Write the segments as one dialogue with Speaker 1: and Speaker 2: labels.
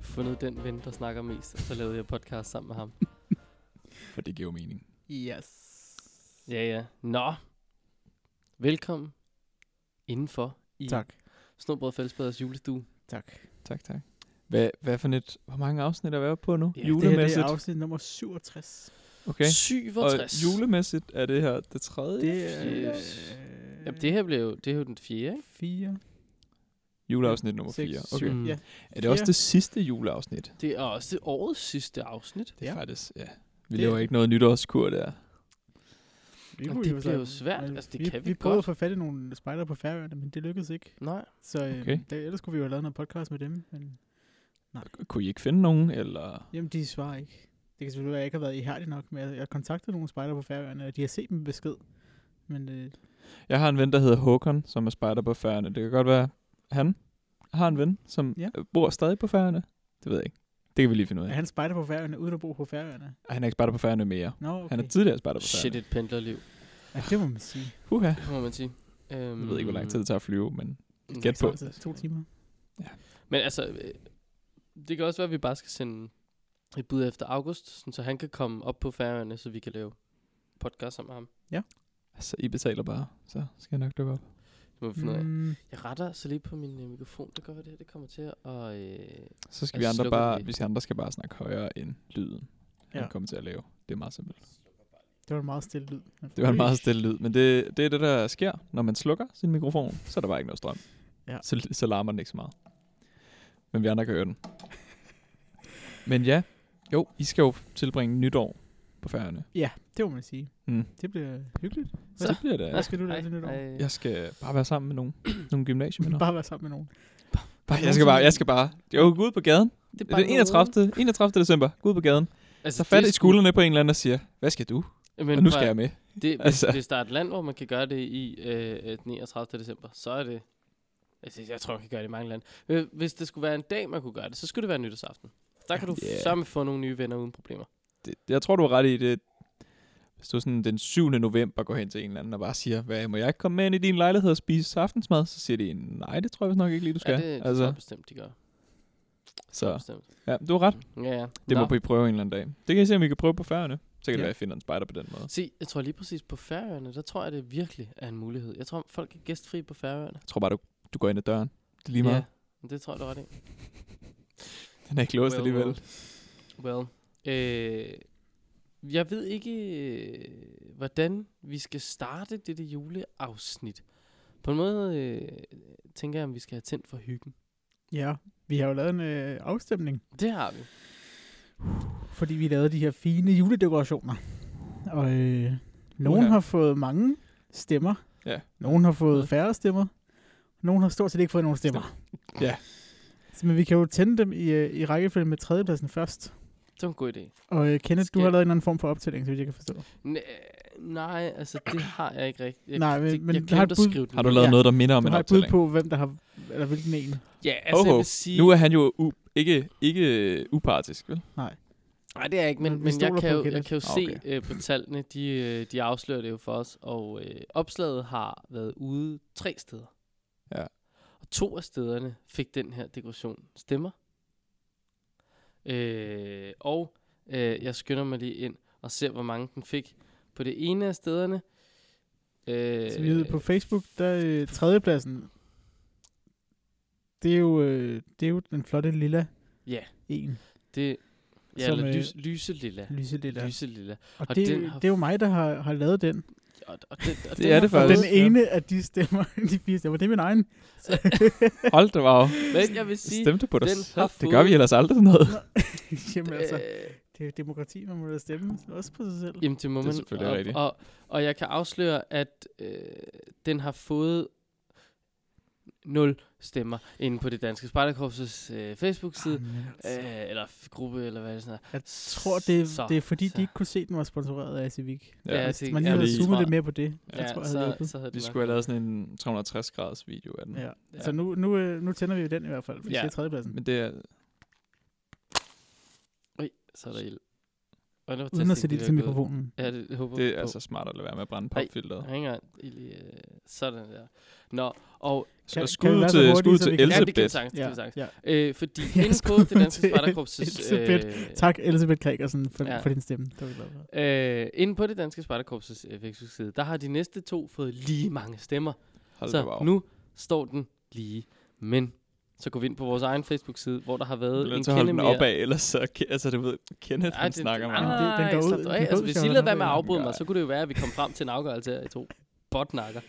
Speaker 1: fundet den ven, der snakker mest, og så lavede jeg podcast sammen med ham.
Speaker 2: For det giver jo mening.
Speaker 3: Yes.
Speaker 1: Ja, ja. Nå. Velkommen indenfor i
Speaker 3: Tak.
Speaker 1: Snobrød Fællesbaders julestue.
Speaker 3: Tak.
Speaker 2: Tak, tak. Hvad, hvad for et, hvor mange afsnit er vi oppe på nu?
Speaker 1: Ja, det her,
Speaker 3: Det her det
Speaker 2: julemæssigt.
Speaker 3: er afsnit nummer 67.
Speaker 2: okay.
Speaker 1: 67.
Speaker 2: Og julemæssigt er det her det tredje
Speaker 3: Det er... øh,
Speaker 1: Yes. øh, Jamen, det her blev jo, det er jo den fjerde, ikke?
Speaker 3: 4,
Speaker 2: juleafsnit nummer
Speaker 3: 6,
Speaker 2: 4.
Speaker 3: 7.
Speaker 2: Okay.
Speaker 1: Mm.
Speaker 3: Ja.
Speaker 2: Er det også
Speaker 3: Fire.
Speaker 2: det sidste juleafsnit?
Speaker 1: Det er også det årets sidste afsnit.
Speaker 2: Det er
Speaker 3: Ja.
Speaker 2: faktisk, ja. Vi
Speaker 3: Det-
Speaker 2: laver ikke noget nytårskur der.
Speaker 3: Vi
Speaker 1: Og
Speaker 3: kunne
Speaker 1: det
Speaker 3: jo så-
Speaker 1: bliver jo svært. Altså, det
Speaker 3: vi,
Speaker 1: kan vi
Speaker 3: vi prøvede
Speaker 1: godt.
Speaker 3: at få fat i nogle spejder på færøerne, men det lykkedes ikke.
Speaker 1: Nej.
Speaker 3: Så øh,
Speaker 2: Okay.
Speaker 3: okay. der, ellers skulle vi jo have lavet noget podcast med dem, men
Speaker 2: Kunne I ikke finde nogen, eller...
Speaker 3: jamen, de svarer ikke. Det kan selvfølgelig være, at jeg ikke har været ihærdig nok, men jeg, jeg kontaktede nogle spejder på færøerne, og de har set min besked. Men øh,
Speaker 2: Jeg har en ven, der hedder Håkon, som er spejder på færgerne. Det kan godt være, han har en ven, som ja.
Speaker 3: Ja.
Speaker 2: bor stadig på færgerne. Det ved jeg ikke. Det kan vi lige finde ud af.
Speaker 3: er
Speaker 2: Han,
Speaker 3: han spejder på færøerne, uden at bo på færøerne?
Speaker 2: han er ikke spejder på færgerne mere.
Speaker 3: Nå, okay.
Speaker 2: Okay. Han er tidligere spejder på
Speaker 1: Shit,
Speaker 2: færgerne.
Speaker 1: et pendlerliv,
Speaker 3: ja, det må man sige.
Speaker 2: Uha.
Speaker 1: må man sige. Øhm,
Speaker 2: Jeg ved ikke, hvor lang tid det tager at flyve, men
Speaker 1: mm,
Speaker 2: Gæt på.
Speaker 3: Så to timer.
Speaker 1: Men altså, øh, det kan også være, at vi bare skal sende et bud efter August, sådan, så han kan komme op på færøerne, så vi kan lave podcast sammen med ham.
Speaker 2: altså, I betaler bare, så skal jeg nok dukke op.
Speaker 1: Det må vi finde ud af.
Speaker 3: Mm,
Speaker 1: Jeg retter så lige på min øh, mikrofon, det gør, at det her det kommer til at... Øh,
Speaker 2: Så skal
Speaker 3: Altså,
Speaker 1: Jeg
Speaker 2: vi andre
Speaker 1: slukker
Speaker 2: bare,
Speaker 1: den lige.
Speaker 2: vi andre skal bare snakke højere end lyden, ja. han
Speaker 3: Ja.
Speaker 2: kommer til at lave. Det er meget simpelt.
Speaker 3: det var en meget stille lyd.
Speaker 2: Det var en meget stille lyd, men det, det er det, der sker, når man slukker sin mikrofon, så er der bare ikke noget strøm.
Speaker 3: Ja.
Speaker 2: Så, så larmer den ikke så meget. Men vi andre kan høre den. Men ja, jo, I skal jo tilbringe nytår på færgerne.
Speaker 3: Ja, det må man sige.
Speaker 2: Mm.
Speaker 3: Det bliver hyggeligt.
Speaker 2: Så det bliver det.
Speaker 3: Hvad skal du lave til nytår?
Speaker 2: Jeg skal bare være sammen med nogle, nogle gymnasieminder.
Speaker 3: Bare være sammen med nogen.
Speaker 2: Bare, jeg skal bare, jeg skal bare, jeg vil gå ud på gaden.
Speaker 1: det
Speaker 2: Det er den 31. 31. december, gå ud på gaden.
Speaker 1: Altså,
Speaker 2: Så fat
Speaker 1: det
Speaker 2: i
Speaker 1: er sgu-
Speaker 2: skuldrene på en eller anden og siger, hvad skal du?
Speaker 1: Men
Speaker 2: Men og nu skal jeg med.
Speaker 1: Det, hvis,
Speaker 2: Altså.
Speaker 1: altså. hvis der er et land, hvor man kan gøre det i øh, øh, den 31. december, så er det... Altså, jeg tror, man kan gøre det i mange lande. Øh, Hvis det skulle være en dag, man kunne gøre det, så skulle det være nytårsaften. Der kan du
Speaker 2: Ja.
Speaker 1: yeah. sammen få nogle nye venner uden problemer.
Speaker 2: Det, jeg tror, du har ret i det. Hvis du sådan den 7. november går hen til en eller anden og bare siger, hvad, må jeg ikke komme med ind i din lejlighed og spise aftensmad? Så siger de, nej, det tror jeg vist nok ikke lige, du skal.
Speaker 1: Ja, det, det altså. tror jeg bestemt, de gør.
Speaker 2: så
Speaker 1: Bestemt.
Speaker 2: ja, du har ret.
Speaker 1: Ja, ja.
Speaker 2: Det
Speaker 1: Nå.
Speaker 2: må vi prøve en eller anden dag. Det kan I se, om I kan prøve på færgerne. Så kan ja. det
Speaker 3: Ja.
Speaker 2: være, at jeg finder en spejder på den måde.
Speaker 1: Se, jeg tror lige præcis på færøerne, der tror jeg, det virkelig er en mulighed. Jeg tror, folk er gæstfri på færøerne.
Speaker 2: Jeg tror bare, du, du går ind ad døren. Det er lige meget.
Speaker 1: Ja, men det tror jeg, du er ret i.
Speaker 2: Den er ikke låst
Speaker 1: Well,
Speaker 2: alligevel.
Speaker 1: well. Well, øh, jeg ved ikke, øh, hvordan vi skal starte dette juleafsnit. På en måde øh, tænker jeg, om vi skal have tændt for hyggen.
Speaker 3: Ja, vi har jo lavet en øh, afstemning,
Speaker 1: Det har vi.
Speaker 3: fordi vi lavede de her fine juledekorationer. Og øh, nogen
Speaker 2: Uha.
Speaker 3: har fået mange stemmer.
Speaker 2: Ja.
Speaker 3: Nogen har fået færre stemmer. Nogen har stort set ikke fået nogen stemmer.
Speaker 2: Ja.
Speaker 3: Så, men vi kan jo tænde dem i, øh, i rækkefølge med tredjepladsen først.
Speaker 1: Det var en god idé.
Speaker 3: Og øh, Kenneth,
Speaker 1: Skal-
Speaker 3: du har lavet en eller anden form for optælling, så vidt jeg kan forstå.
Speaker 1: N- nej, altså det har jeg ikke rigtigt. Jeg,
Speaker 3: Nej, men-
Speaker 1: det,
Speaker 3: men
Speaker 1: jeg
Speaker 3: har
Speaker 1: glemte
Speaker 3: et
Speaker 1: at
Speaker 3: bud?
Speaker 1: skrive den.
Speaker 2: Har du lavet
Speaker 3: Ja.
Speaker 2: ja. noget, der minder om
Speaker 3: Du
Speaker 2: en
Speaker 3: har et bud
Speaker 2: optælling?
Speaker 3: på, hvem der har, eller hvilken en.
Speaker 1: Ja, altså
Speaker 2: Oho,
Speaker 1: jeg vil sige...
Speaker 2: Nu er han jo u- ikke, ikke øh, upartisk, vel?
Speaker 1: Nej, det er jeg ikke, men,
Speaker 3: Men vi
Speaker 1: men jeg,
Speaker 3: stoler
Speaker 1: kan jo,
Speaker 3: på
Speaker 1: jeg
Speaker 3: Kenneth.
Speaker 1: kan jo
Speaker 2: Ah,
Speaker 1: se okay. øh, på tallene, de, øh, de afslører det jo for os, og øh, opslaget har været ude tre steder.
Speaker 2: Ja.
Speaker 1: Og to af stederne fik den her dekoration stemmer. Øh, og øh, jeg skynder mig lige ind og ser, hvor mange den fik på det ene af stederne. Øh,
Speaker 3: Så vi ved på Facebook, der er øh, tredjepladsen. Det er, jo, øh, det er jo den flotte lilla
Speaker 1: Ja.
Speaker 3: en.
Speaker 1: Det, ja,
Speaker 3: Som,
Speaker 1: eller
Speaker 3: øh,
Speaker 1: lys, lyse lilla.
Speaker 3: Lyse lilla.
Speaker 1: Lyse lilla.
Speaker 3: Og,
Speaker 1: og
Speaker 3: det, øh,
Speaker 1: den har-
Speaker 3: det er jo mig, der har, har lavet den.
Speaker 1: Og, og den, og
Speaker 2: Det
Speaker 1: den
Speaker 2: er
Speaker 1: har
Speaker 2: det
Speaker 1: fået-
Speaker 2: faktisk.
Speaker 3: Den ene af de stemmer, de fire stemmer, det er min egen.
Speaker 2: Hold da var.
Speaker 1: Men jeg vil sige,
Speaker 2: Stemte på dig.
Speaker 1: den
Speaker 2: selv.
Speaker 1: har
Speaker 2: Det gør vi
Speaker 1: fået-
Speaker 2: ellers aldrig sådan noget.
Speaker 3: Jamen altså,
Speaker 1: øh,
Speaker 3: det er jo demokrati, man må da stemme også på sig selv.
Speaker 1: Jamen, det må
Speaker 2: Det er
Speaker 1: man.
Speaker 2: selvfølgelig
Speaker 1: og,
Speaker 2: rigtigt.
Speaker 1: Og, og jeg kan afsløre, at øh, den har fået 0 stemmer inde på det danske Spartakorps' øh, Facebook-side.
Speaker 3: Jamen, altså.
Speaker 1: Øh, eller f- gruppe, eller hvad det sådan er.
Speaker 3: Jeg tror, det er,
Speaker 1: Så,
Speaker 3: det er fordi,
Speaker 1: så.
Speaker 3: de ikke kunne se, at den var sponsoreret af Civic.
Speaker 1: Ja,
Speaker 2: Ja,
Speaker 1: altså,
Speaker 3: Hvis man lige
Speaker 1: ja,
Speaker 3: havde
Speaker 2: det
Speaker 3: zoomet
Speaker 1: tror
Speaker 3: lidt
Speaker 1: jeg.
Speaker 3: mere på det,
Speaker 2: Ja,
Speaker 3: ja, jeg tror, jeg havde
Speaker 1: så,
Speaker 3: hjulpet.
Speaker 1: så havde
Speaker 2: vi
Speaker 1: det nok
Speaker 2: skulle have lavet sådan en 360 graders video af den.
Speaker 3: Ja.
Speaker 1: Ja.
Speaker 3: Så nu, nu, øh, nu tænder vi jo den i hvert fald, hvis
Speaker 1: Ja.
Speaker 3: det er tredjepladsen.
Speaker 2: Men det er,
Speaker 1: Ui, så er der ild. Fantastic,
Speaker 3: uden at sætte
Speaker 1: det
Speaker 3: ild til
Speaker 1: der er gået.
Speaker 3: mikrofonen.
Speaker 1: Ja, det håber
Speaker 2: Det
Speaker 1: vi
Speaker 2: er
Speaker 1: på.
Speaker 2: altså smart at lade være med at brænde
Speaker 1: Ej.
Speaker 2: popfilteret.
Speaker 1: Hang on. I lige, øh, sådan der. Nå, og...
Speaker 2: Så
Speaker 3: Kan-
Speaker 2: skud
Speaker 3: kan vi være så
Speaker 2: til,
Speaker 3: hurtige,
Speaker 2: skud
Speaker 3: så
Speaker 2: til
Speaker 3: vi kan-
Speaker 1: Ja, det kan vi
Speaker 2: Elsebeth.
Speaker 1: sagtens, det kan vi sagtens.
Speaker 3: ja.
Speaker 1: Øh, fordi
Speaker 3: Jeg
Speaker 1: inde på
Speaker 3: skulle
Speaker 1: det danske øh,
Speaker 3: til
Speaker 1: spejderkorps...
Speaker 3: Elsebeth. Tak, Elisabeth Gregersen, for,
Speaker 1: Ja.
Speaker 3: ja. for din stemme. Det var vi glade for.
Speaker 1: Øh, inde på det danske spejderkorps' øh, Facebook-side, der har de næste to fået lige mange stemmer.
Speaker 2: Hold da
Speaker 1: så
Speaker 2: op.
Speaker 1: nu står den lige. Men så går vi ind på vores egen Facebook-side, hvor der har
Speaker 2: Du
Speaker 1: været
Speaker 2: bliver
Speaker 1: en
Speaker 2: nødt til at holde
Speaker 1: kende
Speaker 2: den
Speaker 1: mere...
Speaker 2: op af, ellers så, altså du ved, Kenneth,
Speaker 1: Ej,
Speaker 2: han
Speaker 1: det-
Speaker 2: snakker
Speaker 1: ej,
Speaker 2: meget.
Speaker 3: nej,
Speaker 1: det-
Speaker 3: Den går ud-
Speaker 1: slap
Speaker 3: Ah, den
Speaker 1: du
Speaker 3: går
Speaker 1: af.
Speaker 3: ud,
Speaker 1: Altså, hvis
Speaker 3: skal
Speaker 1: I
Speaker 3: man
Speaker 1: lader
Speaker 3: holde
Speaker 1: være med
Speaker 3: den
Speaker 1: at
Speaker 3: op af.
Speaker 1: afbryde mig,
Speaker 2: Nej.
Speaker 1: så kunne det jo være, at vi kom frem til en afgørelse af I to botnakker.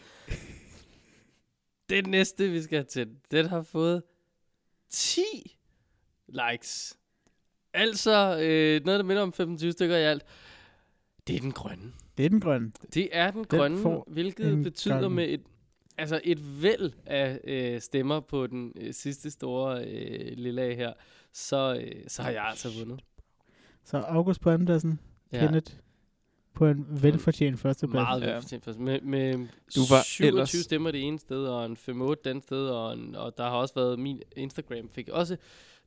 Speaker 1: Det næste, vi skal have til, den har fået 10 likes. Altså øh, noget, der minder om 25 stykker i alt. Det er den grønne.
Speaker 3: Det er den grønne.
Speaker 1: Det er den grønne,
Speaker 3: får
Speaker 1: hvilket
Speaker 3: en
Speaker 1: betyder
Speaker 3: grøn.
Speaker 1: med et, altså et væld af øh, stemmer på den øh, sidste store øh, lille af her, så, øh, så har jeg altså vundet.
Speaker 3: Så August på andenpladsen, ja. Kenneth på en velfortjent førsteplads.
Speaker 1: Meget
Speaker 2: Ja.
Speaker 1: ja. velfortjent plads. Med, med
Speaker 2: Du
Speaker 1: du
Speaker 2: var
Speaker 1: var 27
Speaker 2: ellers-
Speaker 1: stemmer det ene sted, og en 5-8 det andet sted, og, en, og der har også været min Instagram, fik også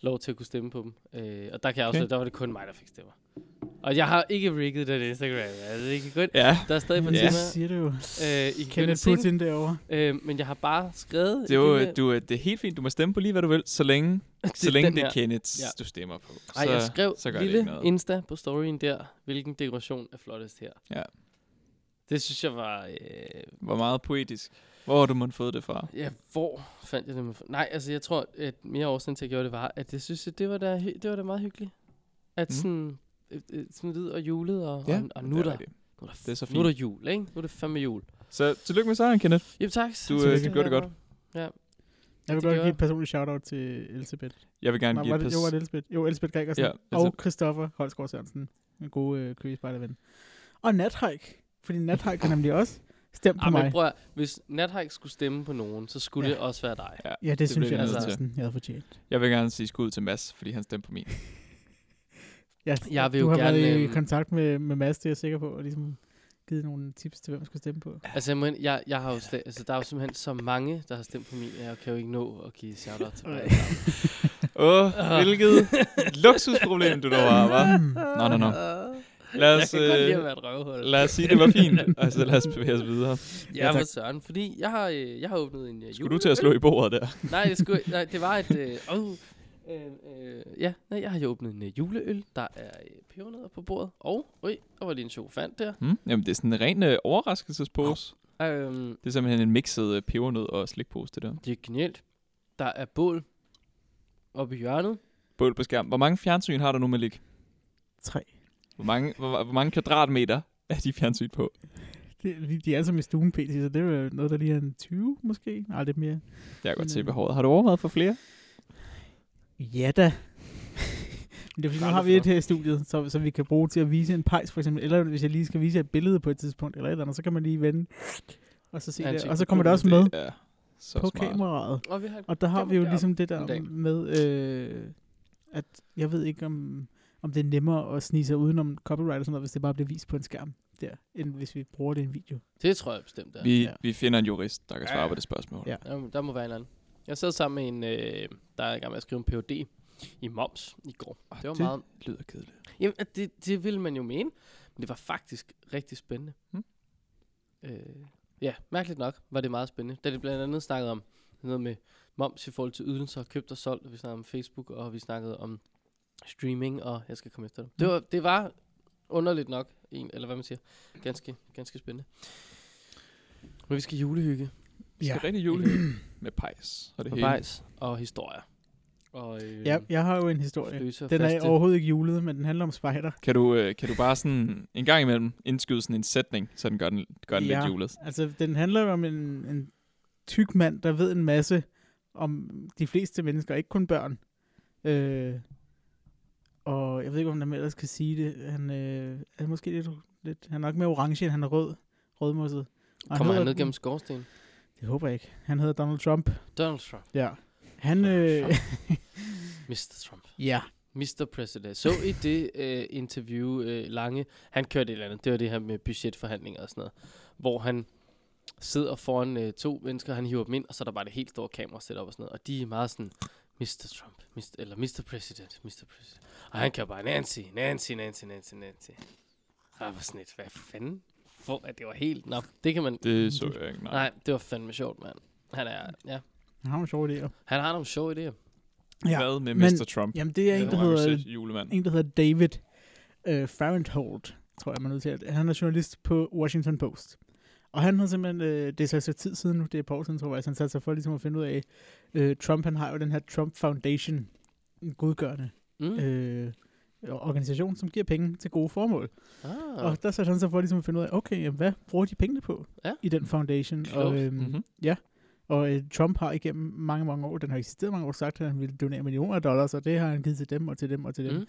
Speaker 1: lov til at kunne stemme på dem. Øh, og der kan jeg også
Speaker 2: Okay.
Speaker 1: okay. der var det kun mig, der fik stemmer. Og jeg har ikke rigget den Instagram, altså det kan godt.
Speaker 2: Ja,
Speaker 1: Der er stadig på
Speaker 3: Jamen,
Speaker 1: yes.
Speaker 2: Ja.
Speaker 3: Det siger du jo.
Speaker 1: Øh, I kan
Speaker 3: Kenneth
Speaker 1: Putin.
Speaker 3: Putin derovre.
Speaker 1: Øh, men jeg har bare skrevet...
Speaker 2: det er jo, du, øh, det er helt fint, du må stemme på lige, hvad du vil, så længe, så længe
Speaker 1: den
Speaker 2: det er
Speaker 1: her.
Speaker 2: Kenneths,
Speaker 1: Ja.
Speaker 2: du stemmer på. Så,
Speaker 1: Ej, jeg skrev
Speaker 2: så gør det ikke
Speaker 1: lille
Speaker 2: noget.
Speaker 1: Insta på storyen der, hvilken dekoration er flottest her.
Speaker 2: Ja.
Speaker 1: Det synes jeg var... Øh,
Speaker 2: Hvor meget poetisk. Hvor har du måtte fået det fra?
Speaker 1: Ja, hvor fandt jeg det? Med? Nej, altså jeg tror, at mere årsagen til, at jeg gjorde det, var, at jeg synes, at det var da, hy- det var da meget hyggeligt. At
Speaker 2: Mm.
Speaker 1: mm. sådan, øh, øh, sådan lidt og julet, og, ja, og, og nu,
Speaker 2: det
Speaker 1: er
Speaker 2: er
Speaker 1: der,
Speaker 2: rigtigt.
Speaker 1: nu, er der,
Speaker 2: Det er så
Speaker 1: nu er der
Speaker 2: fint.
Speaker 1: jul, ikke? Nu er det fandme jul.
Speaker 2: Så tillykke med sejren, Kenneth.
Speaker 1: Jamen tak.
Speaker 2: Du, øh,
Speaker 1: Tillykke.
Speaker 2: du gjorde det godt.
Speaker 3: Jeg vil
Speaker 1: Det
Speaker 3: godt
Speaker 1: gjorde
Speaker 3: give
Speaker 1: jeg.
Speaker 3: et personligt shout-out til Elisabeth.
Speaker 2: Jeg vil gerne
Speaker 3: Nej,
Speaker 2: give
Speaker 3: var
Speaker 2: et
Speaker 3: det,
Speaker 2: pas.
Speaker 3: jo, var det Elisabeth? Jo, Elisabeth Gregersen.
Speaker 2: Ja,
Speaker 3: Ja,
Speaker 2: Elisabeth.
Speaker 3: og Christoffer Holsgaard Sørensen. En god øh, køgespejderven. Og Nathajk. Fordi Nathajk har nemlig også stemt på
Speaker 1: Ah, men
Speaker 3: mig.
Speaker 1: prøv at, hvis Nathajk skulle stemme på nogen, så skulle ja.
Speaker 3: Ja.
Speaker 1: det også være dig.
Speaker 2: Ja,
Speaker 3: Ja, det, det synes
Speaker 2: bliver
Speaker 3: jeg
Speaker 1: altså
Speaker 2: vi nødt
Speaker 1: også.
Speaker 2: til.
Speaker 3: næsten, jeg havde fortjent.
Speaker 2: Jeg vil gerne sige skud til Mads, fordi han stemte på min.
Speaker 3: Ja,
Speaker 1: Jeg vil
Speaker 3: du
Speaker 1: jo
Speaker 3: har
Speaker 1: gerne,
Speaker 3: været i
Speaker 1: øhm,
Speaker 3: kontakt med, med Mads, det er jeg sikker på, og ligesom givet nogle tips til, hvem man skal stemme på.
Speaker 1: Altså, jeg, må, ind- jeg, jeg har jo sta- altså, der er jo simpelthen så mange, der har stemt på min, at jeg kan jo ikke nå at give shout-out til
Speaker 3: Ej.
Speaker 1: mig.
Speaker 2: Åh, hvilket luksusproblem du dog har, hva'? Mm. Nå, nå, nå. Lad
Speaker 1: Jeg
Speaker 2: os,
Speaker 1: kan godt lide at
Speaker 2: øh,
Speaker 1: være et røvhul.
Speaker 2: lad os sige, det var fint, og så lad os bevæge os videre.
Speaker 1: Ja,
Speaker 3: Ja,
Speaker 1: ja
Speaker 3: tak.
Speaker 1: for søren, fordi jeg har, øh, jeg har åbnet en uh,
Speaker 2: Skulle du til at slå i bordet der?
Speaker 1: nej, det skulle, nej, det var et... Øh, oh, øh, øh, ja, nej, jeg har jo åbnet en øh, juleøl. Der er øh, pebernødder på bordet. Og, øj, der var lige en sjofand der.
Speaker 2: Hmm? Jamen, det er sådan en ren øh, overraskelsespose.
Speaker 1: Øhm,
Speaker 2: Det er simpelthen en mixet øh, pebernød og slikpose, det der.
Speaker 1: det er genialt. Der er bål oppe i hjørnet.
Speaker 2: Bål på skærm. Hvor mange fjernsyn har du nu, Malik?
Speaker 3: Tre.
Speaker 2: Hvor mange, hvor, hvor mange kvadratmeter er de fjernsyn på?
Speaker 3: Det, de, de er alle sammen i stuen, PT, så det er jo noget, der lige er en 20 måske. Nej, lidt mere.
Speaker 2: Jeg kan godt se behovet. Har du overvejet for flere?
Speaker 3: Ja da. Men det er fordi, nu har vi et her i studiet, så, så vi kan bruge til at vise en pejs, for eksempel. Eller hvis jeg lige skal vise jer et billede på et tidspunkt, eller et eller andet, så kan man lige vende, og så se det.
Speaker 1: Ansigt
Speaker 3: Og så
Speaker 1: på
Speaker 3: kommer det også med
Speaker 2: Det er så
Speaker 3: på
Speaker 2: smart.
Speaker 3: kameraet.
Speaker 1: Og vi har et
Speaker 3: Og der har
Speaker 1: Jamen,
Speaker 3: vi jo
Speaker 1: det er
Speaker 3: ligesom det der
Speaker 1: en dag.
Speaker 3: med, øh, at jeg ved ikke, om, om det er nemmere at snige sig udenom copyright og sådan noget, hvis det bare bliver vist på en skærm der, end hvis vi bruger det i en video.
Speaker 1: Det tror jeg bestemt, der. Vi...
Speaker 2: Vi,
Speaker 3: Ja.
Speaker 2: vi finder en jurist, der kan svare
Speaker 1: Ja.
Speaker 2: på det spørgsmål.
Speaker 3: Ja.
Speaker 1: Jamen, der må være en eller anden. Jeg sad sammen med en, øh, der er i gang med at skrive en Ph.D. i moms i går.
Speaker 2: Og
Speaker 1: Det var
Speaker 2: Ah, det-
Speaker 1: meget
Speaker 2: Det lyder kedeligt.
Speaker 1: Jamen, at det, det ville man jo mene, men det var faktisk rigtig spændende.
Speaker 2: Mm.
Speaker 1: Øh, ja, mærkeligt nok var det meget spændende, da det blandt andet snakkede om noget med moms i forhold til ydelser, købt og solgt, og vi snakkede om Facebook, og vi snakkede om streaming, og jeg skal komme efter dem. Det var, det var underligt nok, en, eller hvad man siger, ganske, ganske spændende. Men vi skal julehygge
Speaker 2: Vi skal
Speaker 3: Ja.
Speaker 2: rigtig jule med pejs og det
Speaker 1: på
Speaker 2: hele.
Speaker 1: vejs og historier. Og, øh,
Speaker 3: Ja, jeg har jo en historie.
Speaker 1: sløse og
Speaker 3: Den er
Speaker 1: faste.
Speaker 3: overhovedet ikke julet, men den handler om spejder.
Speaker 2: Kan du, øh, kan du bare sådan en gang imellem indskyde sådan en sætning, så den gør den, gør den lidt
Speaker 3: Ja.
Speaker 2: julet?
Speaker 3: Altså, den handler jo om en, en tyk mand, der ved en masse om de fleste mennesker, ikke kun børn. Øh, og jeg ved ikke, om man ellers kan sige det. Han øh, er måske lidt, lidt... Han er nok mere orange, end han er rød. Rødmosset. Og
Speaker 1: Kommer han
Speaker 3: hedder-
Speaker 1: ned gennem skorstenen?
Speaker 3: Det håber jeg ikke. Han hedder Donald Trump.
Speaker 1: Donald Trump.
Speaker 3: Ja. Han...
Speaker 1: Donald
Speaker 3: Øh,
Speaker 1: Trump. Mr. Trump.
Speaker 3: ja.
Speaker 1: Mr. President. Så i det øh, interview øh, lange, han kørte et eller andet, det var det her med budgetforhandlinger og sådan noget, hvor han sidder foran øh, to mennesker, han hiver dem ind, og så er der bare det helt store kamera setup og sådan noget, og de er meget sådan, Mr. Trump, Mr. eller Mr. President, Mr. President. Og han kan bare, Nancy, Nancy, Nancy, Nancy, Nancy. Ah, hvor snit, hvad fanden? For, at det var helt, nå, det kan man,
Speaker 2: Det så jeg ikke. Nej.
Speaker 1: nej, det var fandme sjovt, mand. Han er, ja,
Speaker 3: Han har nogle sjove idéer.
Speaker 1: han har nogle sjove idéer.
Speaker 3: Ja.
Speaker 2: Hvad med
Speaker 3: men-
Speaker 2: Mr. Trump?
Speaker 3: Jamen, det er en,
Speaker 2: Det
Speaker 3: der
Speaker 2: har jeg
Speaker 3: hedder
Speaker 2: set, julemand.
Speaker 3: en, der hedder David øh, Farenthold, tror jeg, man er nødt til at... Han er journalist på Washington Post. Og han har simpelthen, øh, det er så, så tid siden nu, det er et par år siden, tror jeg, altså han satte sig for ligesom at finde ud af, øh, Trump, han har jo den her Trump Foundation, en godgørende
Speaker 1: Mm.
Speaker 3: øh, organisation, som giver penge til gode formål.
Speaker 1: ah,
Speaker 3: Ja. Og der satte han sig for ligesom at finde ud af, okay, jamen, hvad bruger de pengene på
Speaker 1: Ja.
Speaker 3: i den foundation?
Speaker 1: Klogt. Mhm.
Speaker 3: Og, øhm, mm-hmm.
Speaker 2: Mm-hmm.
Speaker 3: Og øh, Trump har igennem mange, mange år, den har eksisteret mange år, sagt, at han ville donere millioner af dollars, og det har han givet til dem og til dem og til dem.
Speaker 1: Mm.
Speaker 3: Mm.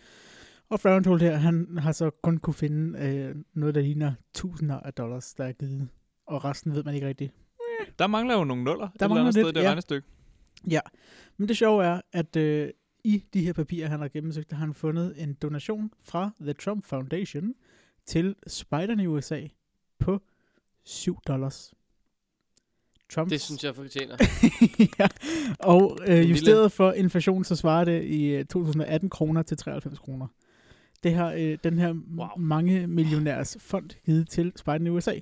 Speaker 3: Og Farenthold her, han har så kun kunne finde øh, noget, der ligner tusinder af dollars, der er givet. Og resten ved man ikke rigtigt.
Speaker 2: Der mangler jo nogle nuller. Der mangler
Speaker 3: mangler
Speaker 2: lidt,
Speaker 3: lidt,
Speaker 2: sted, det
Speaker 3: ja.
Speaker 2: ja. regnestykke.
Speaker 3: Men det sjove er, at øh, i de her papirer, han har gennemsøgt, der har han fundet en donation fra The Trump Foundation til spejderne i USA på 7 dollars. Trumps
Speaker 1: Mm. det synes jeg fortjener.
Speaker 3: ja. Og øh,
Speaker 1: lille-
Speaker 3: justeret for inflation, så svarer det i øh, 2018 kroner til 93 kroner. Det har øh, den her wow. mange millionærs fond givet til Spejden i USA.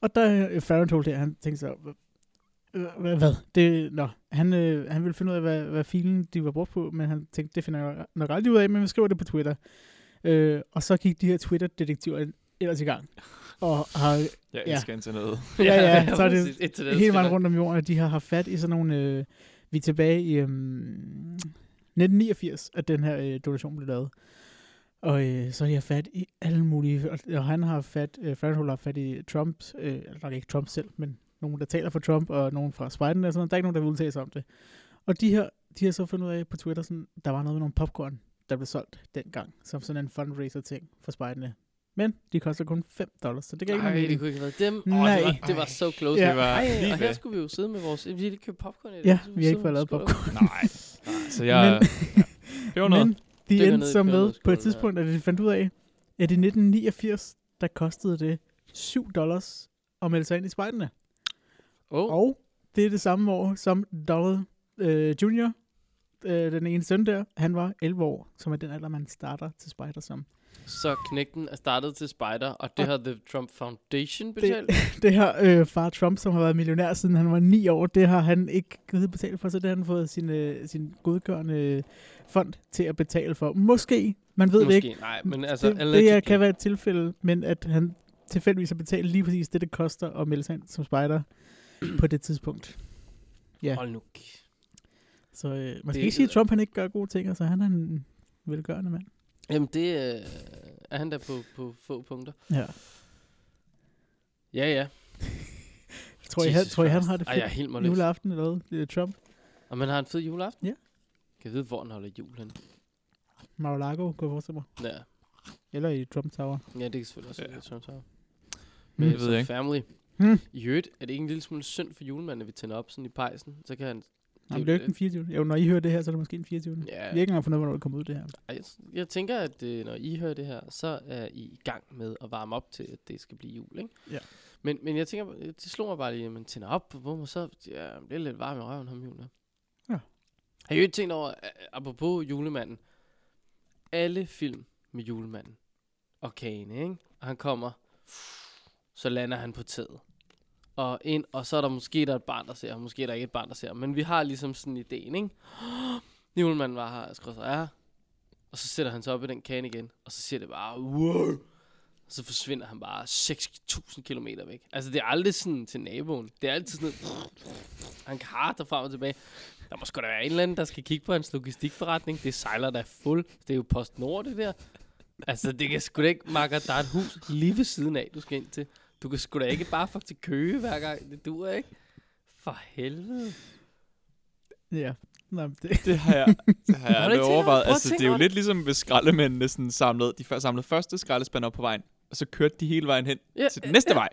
Speaker 3: Og der øh, Farenthold der, han tænkte så, "Hva- hva- hvad? Det, nå. Han, øh, han ville finde ud af, hvad, hvad filen de var brugt på, men han tænkte, det finder jeg nok aldrig ud af, men vi skriver det på Twitter. Øh, og så gik de her Twitter-detektiver ellers i gang. Og har
Speaker 2: Jeg
Speaker 3: Ja.
Speaker 2: elsker internettet.
Speaker 3: Ja, ja, så er det
Speaker 1: præcis. Indtil
Speaker 3: hele
Speaker 1: skal
Speaker 3: vejen
Speaker 1: der-
Speaker 3: rundt om jorden, at de har haft fat i sådan nogle... Øh, vi er tilbage i øh, 1989, at den her øh, donation blev lavet. Og øh, så har de haft fat i alle mulige... Og, og han har haft fat... Øh, Farenthold har haft fat i Trumps... Øh, eller nok ikke Trump selv, men nogen, der taler for Trump, og nogen fra Spiden og sådan noget. Der er ikke nogen, der vil udtale sig om det. Og de her, de har så fundet ud af på Twitter, sådan, der var noget med nogle popcorn, der blev solgt dengang, som sådan en fundraiser-ting for spejderne. Men de koster kun 5 dollars, så det kan ikke
Speaker 1: Ej,
Speaker 3: nogen
Speaker 1: det
Speaker 3: mening.
Speaker 1: kunne ikke have været dem. Åh,
Speaker 3: Nej.
Speaker 1: Det, var, det var så close.
Speaker 3: Ja.
Speaker 1: Ja.
Speaker 2: Det var
Speaker 1: Ej,
Speaker 2: lige
Speaker 1: og her
Speaker 2: ved.
Speaker 1: skulle vi jo sidde med vores... Vi har lige købt popcorn i dag.
Speaker 3: Ja,
Speaker 1: så
Speaker 3: vi har ikke
Speaker 1: sidder
Speaker 3: fået lavet
Speaker 1: skål.
Speaker 3: popcorn.
Speaker 2: Nej. Så jeg...
Speaker 3: Men-
Speaker 2: Men... Ja. Det var noget.
Speaker 3: Men de
Speaker 1: Dykker ned
Speaker 3: endte
Speaker 1: i
Speaker 3: så med på
Speaker 1: pyramideskålen,
Speaker 3: et
Speaker 1: ja.
Speaker 3: tidspunkt, at de fandt ud af, at i 1989, der kostede det 7 dollars at melde sig ind i spejderne.
Speaker 1: Åh, oh,
Speaker 3: Og det er det samme år som Donald øh, Junior, øh, den ene søn der, han var 11 år, som er den alder, man starter til spejder som.
Speaker 1: så knægten er startet til Spider, og det
Speaker 3: Og-
Speaker 1: har The Trump Foundation betalt.
Speaker 3: Det her øh, far Trump, som har været millionær siden han var 9 år, det har han ikke givet betalt for, så det har han fået sin, øh, sin godgørende fond til at betale for. Måske, man ved det ikke.
Speaker 1: Måske, nej, men altså...
Speaker 3: det, det er, kan være et tilfælde, men at han tilfældigvis har betalt lige præcis det, det koster at melde sig ind som spejder på det tidspunkt. ja.
Speaker 1: Hold nu.
Speaker 3: Så øh, man
Speaker 1: Det er-
Speaker 3: skal ikke sige, at Trump han ikke gør gode ting, altså han er en velgørende mand.
Speaker 1: Jamen, det øh, er han der på, på få punkter.
Speaker 3: Ja.
Speaker 1: Ja, ja.
Speaker 3: Tror I, han,
Speaker 1: Jesus
Speaker 3: tror I, han
Speaker 1: Christ.
Speaker 3: har det
Speaker 1: Ej, jeg er
Speaker 3: fedt
Speaker 1: helt målløs.
Speaker 3: juleaften eller hvad? Det er Trump,
Speaker 1: Og man har en fed juleaften?
Speaker 3: Ja.
Speaker 1: Kan jeg vide, hvor han holder jul hen?
Speaker 3: Mar-a-Lago, går jeg forestille mig.
Speaker 1: Ja,
Speaker 3: Eller i Trump Tower.
Speaker 1: ja det kan selvfølgelig også
Speaker 2: Ja.
Speaker 1: være Trump Tower.
Speaker 3: Mm.
Speaker 1: Med
Speaker 2: Det ved
Speaker 1: sådan
Speaker 2: jeg ikke.
Speaker 1: family.
Speaker 3: Hmm.
Speaker 1: I øvrigt, er det ikke en lille smule synd for julemanden, at vi tænder op sådan i pejsen? Så kan han...
Speaker 3: Jamen, det er jo ikke den 24. Jo, når I hører det her, så er det måske den 24.
Speaker 2: Mm.
Speaker 3: Ja.
Speaker 1: Ja,
Speaker 3: Jeg er ikke engang fundet, ud af, hvornår det kommer ud, det her.
Speaker 1: Ej, Jeg, jeg tænker, at øh, når I hører det her, så er I i gang med at varme op til, at det skal blive jul, ikke?
Speaker 3: Ja.
Speaker 1: Men, men jeg tænker, øh, det slog mig bare lige, at man tænder op, hvor man så ja, det er lidt varm i røven ham julen.
Speaker 3: Ja.
Speaker 1: Har I jo tænkt over, øh, apropos julemanden, alle film med julemanden og kagen, ikke? Og han kommer, så lander han på taget. Og, ind, og så er der måske der er et barn, der ser ham, måske er der ikke et barn, der ser ham. Men vi har ligesom sådan ideen, ikke? Julemanden var her, skruer sig er her. Og så sætter han sig op i den kane igen, og så siger det bare, wow. Og så forsvinder han bare 6.000 km væk. Altså, det er aldrig sådan til naboen. Det er altid sådan noget, han karter frem og tilbage. Der må sgu da være en eller anden, der skal kigge på hans logistikforretning. Det sejler der fuld. Det er jo PostNord, det der. Altså, det kan sgu da ikke, Marker, der er et hus lige ved siden af, du skal ind til. Du kan sgu da ikke bare fuck til køge hver gang. Det duer ikke. For helvede.
Speaker 3: Ja. Nej, det,
Speaker 2: Det har jeg, det har jeg
Speaker 1: Har du ikke
Speaker 2: aldrig
Speaker 1: tænkt over-
Speaker 2: overvejet.
Speaker 1: prøv at
Speaker 2: Altså,
Speaker 1: tænke
Speaker 2: det er jo
Speaker 1: over
Speaker 2: lidt ligesom, hvis skraldemændene sådan samlede, de fa- samlede første skraldespand op på vejen, og så kørte de hele vejen hen
Speaker 1: Ja,
Speaker 2: til den næste vej.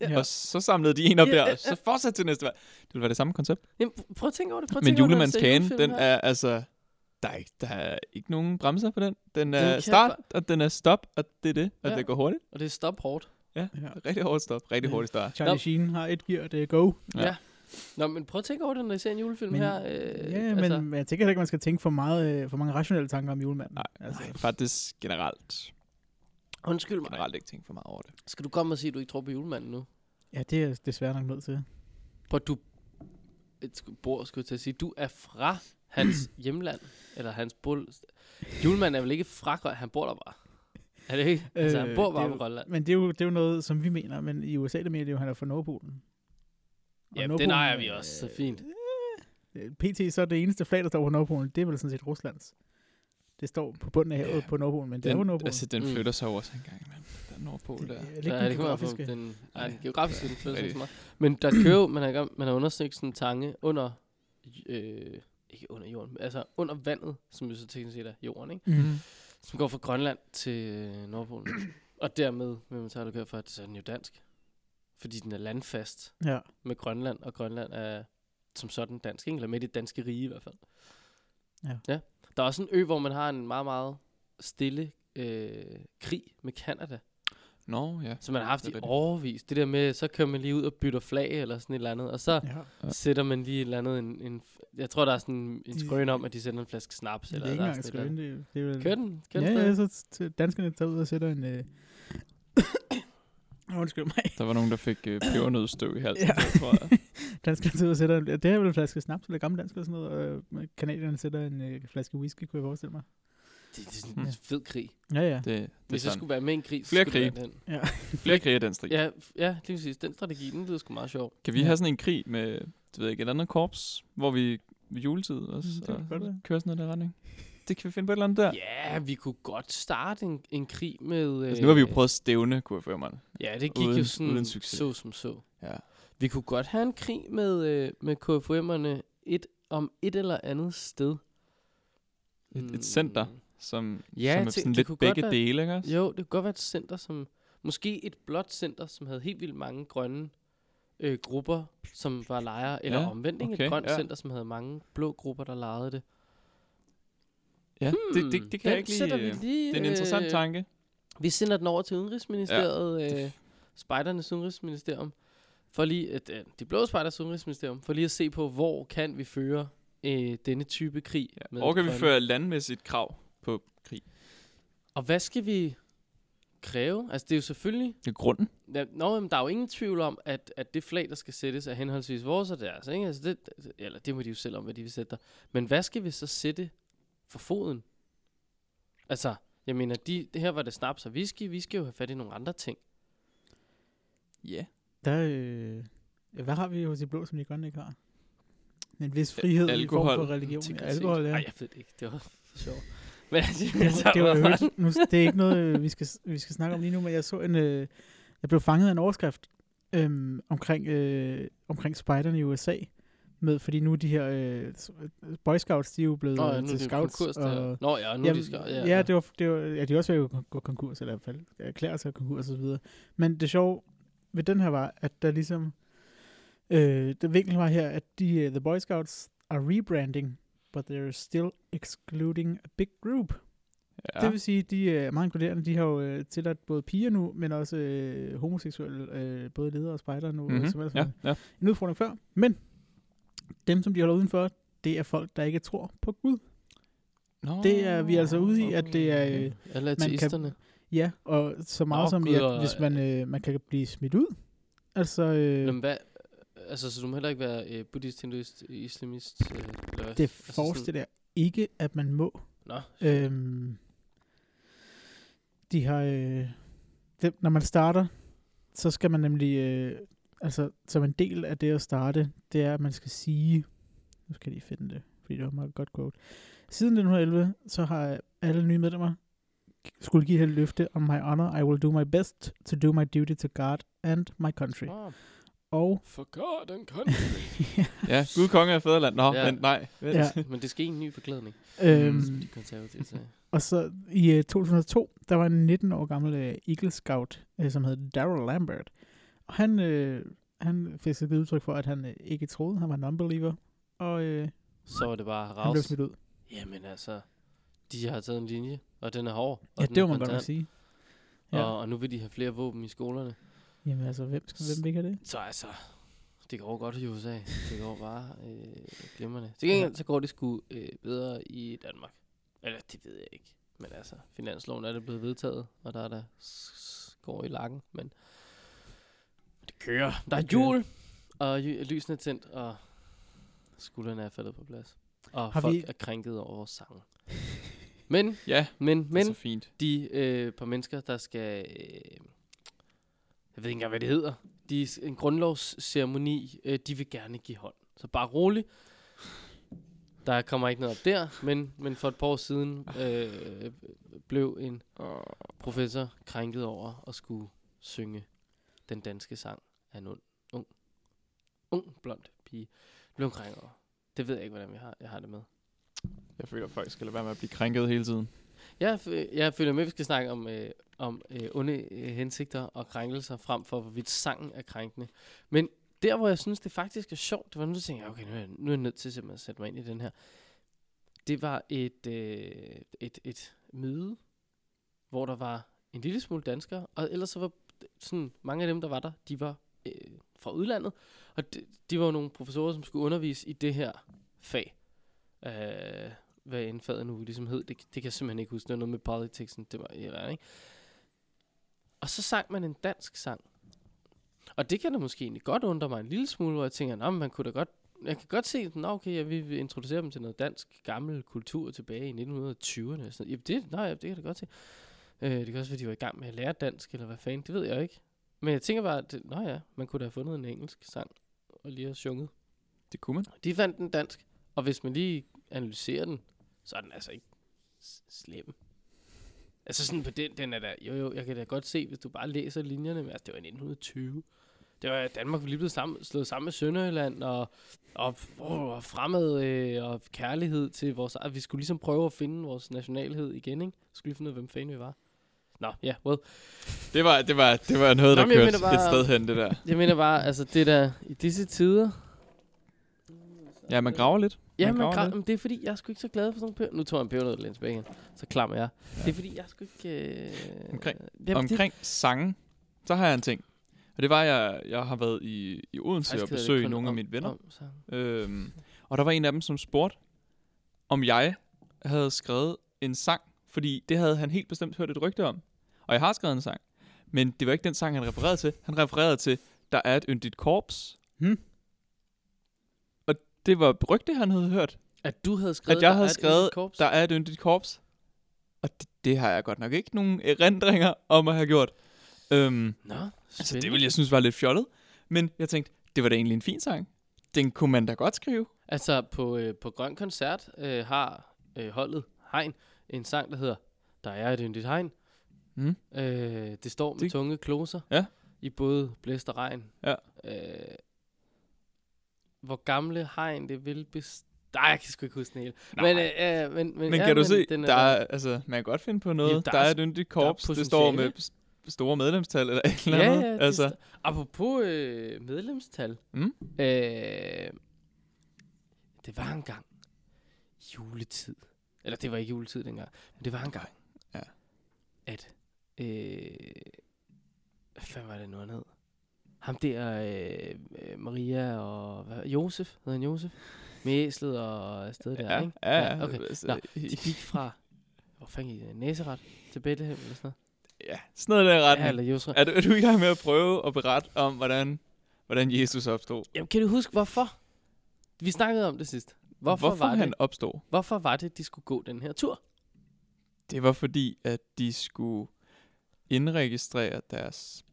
Speaker 3: Ja.
Speaker 2: Og så samlede de en op
Speaker 1: Ja,
Speaker 2: der,
Speaker 1: ja,
Speaker 2: og så fortsatte til næste vej. Det ville være det samme koncept.
Speaker 1: Jamen, pr- prøv at tænke over det. Prøv at
Speaker 2: Men
Speaker 1: tænke over, når du
Speaker 2: julemandens
Speaker 1: ser
Speaker 2: kage,
Speaker 1: julefilm
Speaker 2: den
Speaker 1: her.
Speaker 2: er altså... Der er, ikke, der er ikke nogen bremser på den. Den
Speaker 1: Den
Speaker 2: er
Speaker 1: kan
Speaker 2: start,
Speaker 1: bare-
Speaker 2: og den er stop, og det er det. Og
Speaker 1: Ja.
Speaker 2: det går hurtigt.
Speaker 1: Og det er stophårdt.
Speaker 3: ja.
Speaker 2: Rigtig hårdt stop, rigtig
Speaker 3: Ja.
Speaker 2: hurtigt start.
Speaker 3: Charlie Sheen har et gear, det er go.
Speaker 1: Ja.
Speaker 2: Ja.
Speaker 1: ja. Nå, men prøv at tænke over det, når I ser en julefilm
Speaker 3: Men-
Speaker 1: her. Øh,
Speaker 3: Ja, men, altså. men jeg tænker heller ikke, man skal tænke for, meget, øh, for mange rationelle tanker om julemanden.
Speaker 2: Nej,
Speaker 3: altså,
Speaker 2: nej, faktisk generelt,
Speaker 1: Undskyld mig.
Speaker 2: generelt ikke tænkt for meget over det.
Speaker 1: Skal du komme og sige, at du ikke tror på julemanden nu?
Speaker 3: Ja, det er jeg desværre nok nødt til.
Speaker 1: Hvor du et sk- bor, skulle jeg til at sige. Du er fra hans hjemland. Eller hans bol. Julemanden er vel ikke fra Grønland? Han bor der bare. Er det ikke? Øh, altså, han
Speaker 3: Øh,
Speaker 1: bor bare
Speaker 3: det er
Speaker 1: på
Speaker 3: jo-
Speaker 1: Grønland.
Speaker 3: Men det er, jo, det er jo noget, som vi mener, men i USA, der mener de jo, at han er fra Nordpolen. Og
Speaker 1: Ja, den
Speaker 3: Nordpolen
Speaker 1: ejer
Speaker 3: er-
Speaker 1: vi også. Så fint.
Speaker 3: Øh, PT, så er det eneste flag, der står på Nordpolen, det er vel sådan set Ruslands. Det står på bunden af havet
Speaker 2: Ja,
Speaker 3: på Nordpolen, men det er på
Speaker 2: Den,
Speaker 3: Nordpolen.
Speaker 2: altså, den
Speaker 1: Mm.
Speaker 2: flytter sig jo også en gang imellem. Den nordpol der.
Speaker 3: det er lidt
Speaker 1: Ja,
Speaker 3: den
Speaker 1: det kommer fra
Speaker 3: geografiske.
Speaker 1: den, nej,
Speaker 2: Nej,
Speaker 1: den geografiske
Speaker 2: ja,
Speaker 1: den føles ikke så
Speaker 2: rigtig.
Speaker 1: meget. Men der kører jo, man har, i gang- man har undersøgt sådan en tange under, øh, ikke under jorden, men altså under vandet, som jo så teknisk set er jorden, ikke?
Speaker 3: Mm.
Speaker 1: Som går fra Grønland til øh, Nordpolen. og dermed, vil man tage det for, at så er den jo dansk. Fordi den er landfast
Speaker 3: Ja.
Speaker 1: med Grønland, og Grønland er som sådan dansk, ikke? Eller med i det danske rige i hvert fald.
Speaker 3: Ja.
Speaker 1: ja. Der er også en ø, hvor man har en meget, meget stille øh, krig med Kanada.
Speaker 2: Nå, ja.
Speaker 1: Som man har haft
Speaker 2: Det
Speaker 1: i
Speaker 2: er rigtigt.
Speaker 1: overvis. Det der med, så kører man lige ud og bytter flag eller sådan et eller andet, og så
Speaker 3: ja.
Speaker 2: Ja.
Speaker 1: sætter man lige et eller andet, en, en, jeg tror, der er sådan en
Speaker 3: De-
Speaker 1: skrøn om, at de sender en flaske snaps.
Speaker 3: Det
Speaker 1: Eller
Speaker 3: er ikke
Speaker 1: der
Speaker 3: engang
Speaker 1: sådan et
Speaker 3: skønt. Det, det er
Speaker 1: eller
Speaker 3: vel...
Speaker 1: andet. Kører den? Kører den
Speaker 3: ja, ja,
Speaker 1: stadig?
Speaker 3: så t- danskerne tager ud og sætter en... Øh... Undskyld mig.
Speaker 2: Der var nogen, der fik øh, pebernødstøv i halsen,
Speaker 3: Ja.
Speaker 2: ja. tror jeg.
Speaker 3: Danskerne tager ud og sætter en... Det er vel en flaske snaps, eller gamle danskere og sådan noget. Og kanadierne sætter en øh, flaske whisky, kunne jeg forestille mig.
Speaker 1: Det, det er sådan en fed krig.
Speaker 3: Ja, ja.
Speaker 2: Det, det er
Speaker 1: Hvis jeg
Speaker 2: sådan.
Speaker 1: skulle være med i en krig, så
Speaker 2: Flere
Speaker 1: skulle det være den.
Speaker 2: Flere krige af den strid.
Speaker 1: Ja, f- ja, lige præcis. Den strategi, den lyder sgu meget sjov.
Speaker 2: Kan vi
Speaker 3: Ja.
Speaker 2: have sådan en krig med, det ved jeg ikke, et andet korps, hvor vi ved juletid også
Speaker 3: Mm, det kan
Speaker 2: og
Speaker 3: godt være.
Speaker 2: kører sådan noget i den retning? Det kan vi finde på et eller andet der.
Speaker 1: Ja, vi kunne godt starte en, en krig med... øh,
Speaker 2: Altså, nu har vi jo prøvet at stævne, kunne jeg forstå
Speaker 1: Ja, det gik
Speaker 2: uden-
Speaker 1: jo sådan
Speaker 2: uden succes.
Speaker 1: så som så.
Speaker 2: Ja.
Speaker 1: Vi kunne godt have en krig med, øh, med KFUM'erne et, om et eller andet sted.
Speaker 2: Et, et center,
Speaker 1: Mm.
Speaker 2: som,
Speaker 1: Ja,
Speaker 2: som
Speaker 1: jeg
Speaker 2: er
Speaker 1: tænker,
Speaker 2: sådan
Speaker 1: det
Speaker 2: lidt
Speaker 1: kunne godt
Speaker 2: begge
Speaker 1: være-
Speaker 2: dele, ikke også?
Speaker 1: Jo, det kunne godt være et center, som... Måske et blåt center, som havde helt vildt mange grønne øh, grupper, som var lejere, eller
Speaker 2: Ja,
Speaker 1: omvendt, ikke?
Speaker 2: okay,
Speaker 1: et grønt
Speaker 2: ja.
Speaker 1: center, som havde mange blå grupper, der lejede det.
Speaker 2: Ja, det, det,
Speaker 1: Hmm,
Speaker 2: det kan jeg
Speaker 1: den
Speaker 2: ikke
Speaker 1: sætter
Speaker 2: lige...
Speaker 1: Vi
Speaker 2: øh,
Speaker 1: lige
Speaker 2: Det er en interessant
Speaker 1: øh,
Speaker 2: tanke.
Speaker 1: Vi sender den over til Udenrigsministeriet,
Speaker 2: Det
Speaker 1: ja.
Speaker 2: f-
Speaker 1: øh, Spejdernes Udenrigsministerium, for lige, at, øh, de blå spejders Udenrigsministerium, for lige at se på, hvor kan vi føre øh, denne type krig.
Speaker 2: Ja. Og kan vi
Speaker 1: Grønland.
Speaker 2: føre landmæssigt krav på krig?
Speaker 1: Og hvad skal vi kræve? Altså, det er jo selvfølgelig...
Speaker 2: Det er grunden.
Speaker 1: Ja, Nå, men der er jo ingen tvivl om, at, at det flag, der skal sættes, er henholdsvis vores og deres. Ikke? Altså det, eller det må de jo selv om, hvad de vil sætte der. Men hvad skal vi så sætte for foden? Altså, jeg mener, de, det her var det snaps og whisky. Vi skal jo have fat i nogle andre ting.
Speaker 2: Ja.
Speaker 3: Der, øh, hvad har vi hos de blå, som de grønne ikke har? En vis frihed i
Speaker 2: alkohol.
Speaker 3: form for religion. Ja,
Speaker 1: Integritet.
Speaker 3: alkohol, ja.
Speaker 1: Ej, jeg ved det ikke. Det var sjovt. Men altså,
Speaker 3: Altså, det, var jo hørt, nu, det er ikke noget, øh, vi skal, vi skal snakke om lige nu, men jeg så en, øh, jeg blev fanget af en overskrift øhm, omkring, øh, omkring spejderne i USA. Med, fordi nu er de her øh, s- øh, Boy Scouts, de er jo blevet
Speaker 1: Nå, ja,
Speaker 3: øh,
Speaker 1: nu er
Speaker 3: til
Speaker 1: det jo
Speaker 3: Scouts.
Speaker 1: konkurs. Og... Nå, ja, og nu er
Speaker 3: Jamen,
Speaker 1: de skal...
Speaker 3: ja, det var, det var, ja, de er også ved at gå- gå konkurs, eller i hvert fald erklære sig konkurs og så videre. Men det sjove ved den her var, at der ligesom, øh, den vinkel var her, at de, uh, The Boy Scouts are rebranding, but they're still excluding a big group. Ja. Det vil sige, de øh, er meget inkluderende. De har jo øh, tilladt både piger nu, men også øh, homoseksuelle, øh, både ledere og spejdere nu, mm-hmm. som ellers
Speaker 2: Mhm. ja,
Speaker 3: ja.
Speaker 2: ja.
Speaker 3: en udfordring før. Men dem, som de holder udenfor, det er folk, der ikke tror på Gud.
Speaker 2: Nå,
Speaker 3: Det er vi altså ude i, at det er, øh,
Speaker 1: Alle
Speaker 3: kan-
Speaker 1: ateisterne.
Speaker 3: Ja, og så meget
Speaker 1: Nå,
Speaker 3: Nå, som,
Speaker 1: Gud
Speaker 3: Gud,
Speaker 1: og-
Speaker 3: at, hvis man, øh, man kan blive smidt ud. Altså, øh,
Speaker 1: Jamen, hvad, altså, så du må heller ikke være øh, buddhist, hinduist, islamist? Øh, eller hvad?
Speaker 3: det
Speaker 1: sådan-
Speaker 3: forestiller jeg ikke, at man må.
Speaker 1: Nå,
Speaker 3: Øhm, de har... Øh, det, når man starter, så skal man nemlig... Øh, altså, som en del af det at starte, det er, at man skal sige... Nu skal jeg lige finde det, fordi det var et meget godt quote. Siden 1911, så har alle nye medlemmer skulle give et løfte om my honor, I will do my best to do my duty to God and my country.
Speaker 1: oh,
Speaker 3: Og
Speaker 1: for God and country.
Speaker 2: ja, Gud konge af fædreland. Nå,
Speaker 1: Ja.
Speaker 2: ja. vent, nej. Vent.
Speaker 3: Ja.
Speaker 1: Men det skal en ny forklædning, som
Speaker 3: øhm,
Speaker 1: de konservative sagde.
Speaker 3: Og så i øh, 2002, der var en 19 år gammel øh, Eagle Scout, øh, som hed Daryl Lambert. Og han, øh, han fik et udtryk for, at han øh, ikke troede, han var en unbeliever. Og øh,
Speaker 1: Så var det bare
Speaker 3: han blev
Speaker 1: raus.
Speaker 3: smidt ud.
Speaker 1: Jamen altså, de har taget en linje, og den er hård. Og
Speaker 3: Ja,
Speaker 1: den
Speaker 3: det
Speaker 1: er
Speaker 3: må man godt nok
Speaker 1: kontant,
Speaker 3: sige. Ja.
Speaker 1: Og, og nu vil de have flere våben i skolerne.
Speaker 3: Jamen altså, hvem, skal, hvem ikke er det?
Speaker 1: Så altså, Det går godt i USA. Det går bare øh, glimrende. Til gengæld, så går det sgu øh, bedre i Danmark. Eller, det ved jeg ikke. Men altså, finansloven er det blevet vedtaget, og der er der går i lakken, men det kører. Der er
Speaker 3: Det kører.
Speaker 1: jul, og jy- lysene er tændt, og skuldrene er faldet på plads. Og
Speaker 3: Har
Speaker 1: Har folk
Speaker 3: vi-
Speaker 1: vi... er krænket over vores sange. Men,
Speaker 2: Ja,
Speaker 1: men,
Speaker 2: men,
Speaker 1: men,
Speaker 2: det
Speaker 3: Altså,
Speaker 2: er så fint.
Speaker 1: de øh, par mennesker, der skal... Øh, jeg ved ikke engang, hvad det hedder. De, en grundlovsceremoni, øh, de vil gerne give hånd. Så bare rolig. Der kommer ikke noget op der, men, men for et par år siden øh, blev en professor krænket over at skulle synge den danske sang af en ung, ung, ung blond pige. Det blev hun krænket over. Det ved jeg ikke, hvordan vi har, jeg har det med.
Speaker 2: Jeg føler, at folk skal lade være med at blive krænket hele tiden.
Speaker 1: Jeg, f- jeg føler med, at vi skal snakke om, øh, om øh, onde øh, hensigter og krænkelser, frem for hvorvidt sangen er krænkende. Men der, hvor jeg synes, det faktisk er sjovt, det var nu, jeg tænkte, jeg, okay, nu er jeg, nu er jeg nødt til simpelthen at sætte mig ind i den her. Det var et, øh, et, et møde, hvor der var en lille smule danskere, og ellers så var sådan, mange af dem, der var der, de var øh, fra udlandet, og de, de var jo nogle professorer, som skulle undervise i det her fag. Øh, hvad end faget nu ligesom hed, det, det kan jeg simpelthen ikke huske. Det var noget med politicsen, det var eller, ikke? Og så sang man en dansk sang. Og det kan da måske egentlig godt undre mig en lille smule, hvor jeg tænker, "Nå, men man kunne da godt, jeg kan godt se, at okay, ja, vi vil introducere dem til noget dansk gammel kultur tilbage i 1920'erne. og Sådan. noget." Jamen det, nej, det kan jeg da godt se. Øh, det kan også være, de var i gang med at lære dansk, eller hvad fanden, det ved jeg ikke. Men jeg tænker bare, at det, nå ja, man kunne da have fundet en engelsk sang, og lige have sunget.
Speaker 2: Det kunne man.
Speaker 1: De fandt den dansk, og hvis man lige analyserer den, så er den altså ikke s- slem. Altså sådan på den, den er der, jo jo, jeg kan da godt se, hvis du bare læser linjerne, men altså det var i 1920. Det var Danmark var lige blevet sammen, slået sammen med Sønderjylland, og, og, og, og fremad øh, og kærlighed til vores... eget- Vi skulle ligesom prøve at finde vores nationalhed igen, ikke? Vi skulle lige finde ud af, hvem fanden vi var. Nå, ja, yeah, well.
Speaker 2: Det var, det var, det var noget,
Speaker 1: Nå,
Speaker 2: der
Speaker 1: men jeg
Speaker 2: kørte
Speaker 1: mener bare-
Speaker 2: et sted hen, det der.
Speaker 1: Jeg mener bare, altså det der i disse tider,
Speaker 2: Ja, man graver lidt.
Speaker 1: Ja,
Speaker 2: Man
Speaker 1: men
Speaker 2: graver
Speaker 1: gra-
Speaker 2: lidt.
Speaker 1: men det er fordi, jeg er sgu ikke så glad for sådan en peber. Nu tog jeg en peber lidt tilbage igen. Så klam jeg. Ja. Det er fordi, jeg er sgu ikke... Øh...
Speaker 2: Omkring-
Speaker 1: Jamen, det-
Speaker 2: Omkring sange, så har jeg en ting. Og det var, jeg, jeg har været i, i Odense og
Speaker 1: Faktisk hedder det
Speaker 2: besøge
Speaker 1: kun
Speaker 2: nogle af
Speaker 1: om-
Speaker 2: mine venner.
Speaker 1: om sangen.
Speaker 2: Øhm, og der var en af dem, som spurgte, om jeg havde skrevet en sang, fordi det havde han helt bestemt hørt et rygte om. Og jeg har skrevet en sang, men det var ikke den sang, han refererede til. Han refererede til, der er et yndigt korps.
Speaker 3: Hmm.
Speaker 2: Og det var et rygte, han havde hørt.
Speaker 1: At du havde skrevet...
Speaker 2: at jeg
Speaker 1: der er
Speaker 2: havde
Speaker 1: et
Speaker 2: skrevet,
Speaker 1: yndigt korps.
Speaker 2: der er et yndigt korps. Og det, det har jeg godt nok ikke nogen erindringer om at have gjort. Øhm,
Speaker 1: Nå,
Speaker 2: altså,
Speaker 1: spændende.
Speaker 2: det ville jeg synes var lidt fjollet. Men jeg tænkte, det var da egentlig en fin sang. Den kunne man da godt skrive.
Speaker 1: Altså, på, øh, på Grøn Koncert øh, har øh, holdet Hegn en sang, der hedder Der er et yndigt hegn.
Speaker 2: Mm.
Speaker 1: Øh, det står med det...
Speaker 2: Det-
Speaker 1: tunge kloser.
Speaker 2: Ja.
Speaker 1: I både blæst og regn.
Speaker 2: Ja.
Speaker 1: Øh, hvor gamle hegn det vil best... Nej, jeg kan sgu ikke huske den hele.
Speaker 2: Nej.
Speaker 1: Men, øh, øh, men, men,
Speaker 2: Men
Speaker 1: ja,
Speaker 2: kan du
Speaker 1: men
Speaker 2: se,
Speaker 1: den
Speaker 2: der er, altså, man kan godt finde på noget.
Speaker 1: Jamen, der
Speaker 2: der,
Speaker 1: er
Speaker 2: der er
Speaker 1: s-
Speaker 2: et yndigt korps,
Speaker 1: potentiale.
Speaker 2: det står med s- store medlemstal eller et eller
Speaker 1: ja,
Speaker 2: andet.
Speaker 1: Ja, det
Speaker 2: altså,
Speaker 1: sta- Apropos øh, medlemstal.
Speaker 2: Mm.
Speaker 1: Øh, det var engang juletid. Eller det var ikke juletid dengang, men det var engang,
Speaker 2: Ja.
Speaker 1: at... Øh, hvad fanden var det nu, han hed? Ham der, øh, øh, Maria og... Hvad, Josef, hedder han Josef? Med æslet og stedet der, ikke?
Speaker 2: ja, ja,
Speaker 1: okay.
Speaker 2: altså,
Speaker 1: Nå, De gik fra... Hvor fanden gik det? Næseret til Bethlehem eller sådan
Speaker 2: ja, sådan noget i den
Speaker 1: noget? Ja,
Speaker 2: retning.
Speaker 1: eller Josef.
Speaker 2: er, du, er du i gang med at prøve at berette om, hvordan, hvordan Jesus opstod?
Speaker 1: Jamen, kan du huske, hvorfor? Vi snakkede om det sidst. Hvorfor,
Speaker 2: Hvorfor
Speaker 1: var,
Speaker 2: han
Speaker 1: det,
Speaker 2: opstod?
Speaker 1: hvorfor var det, de skulle gå den her tur?
Speaker 2: Det var fordi, at de skulle indregistrere deres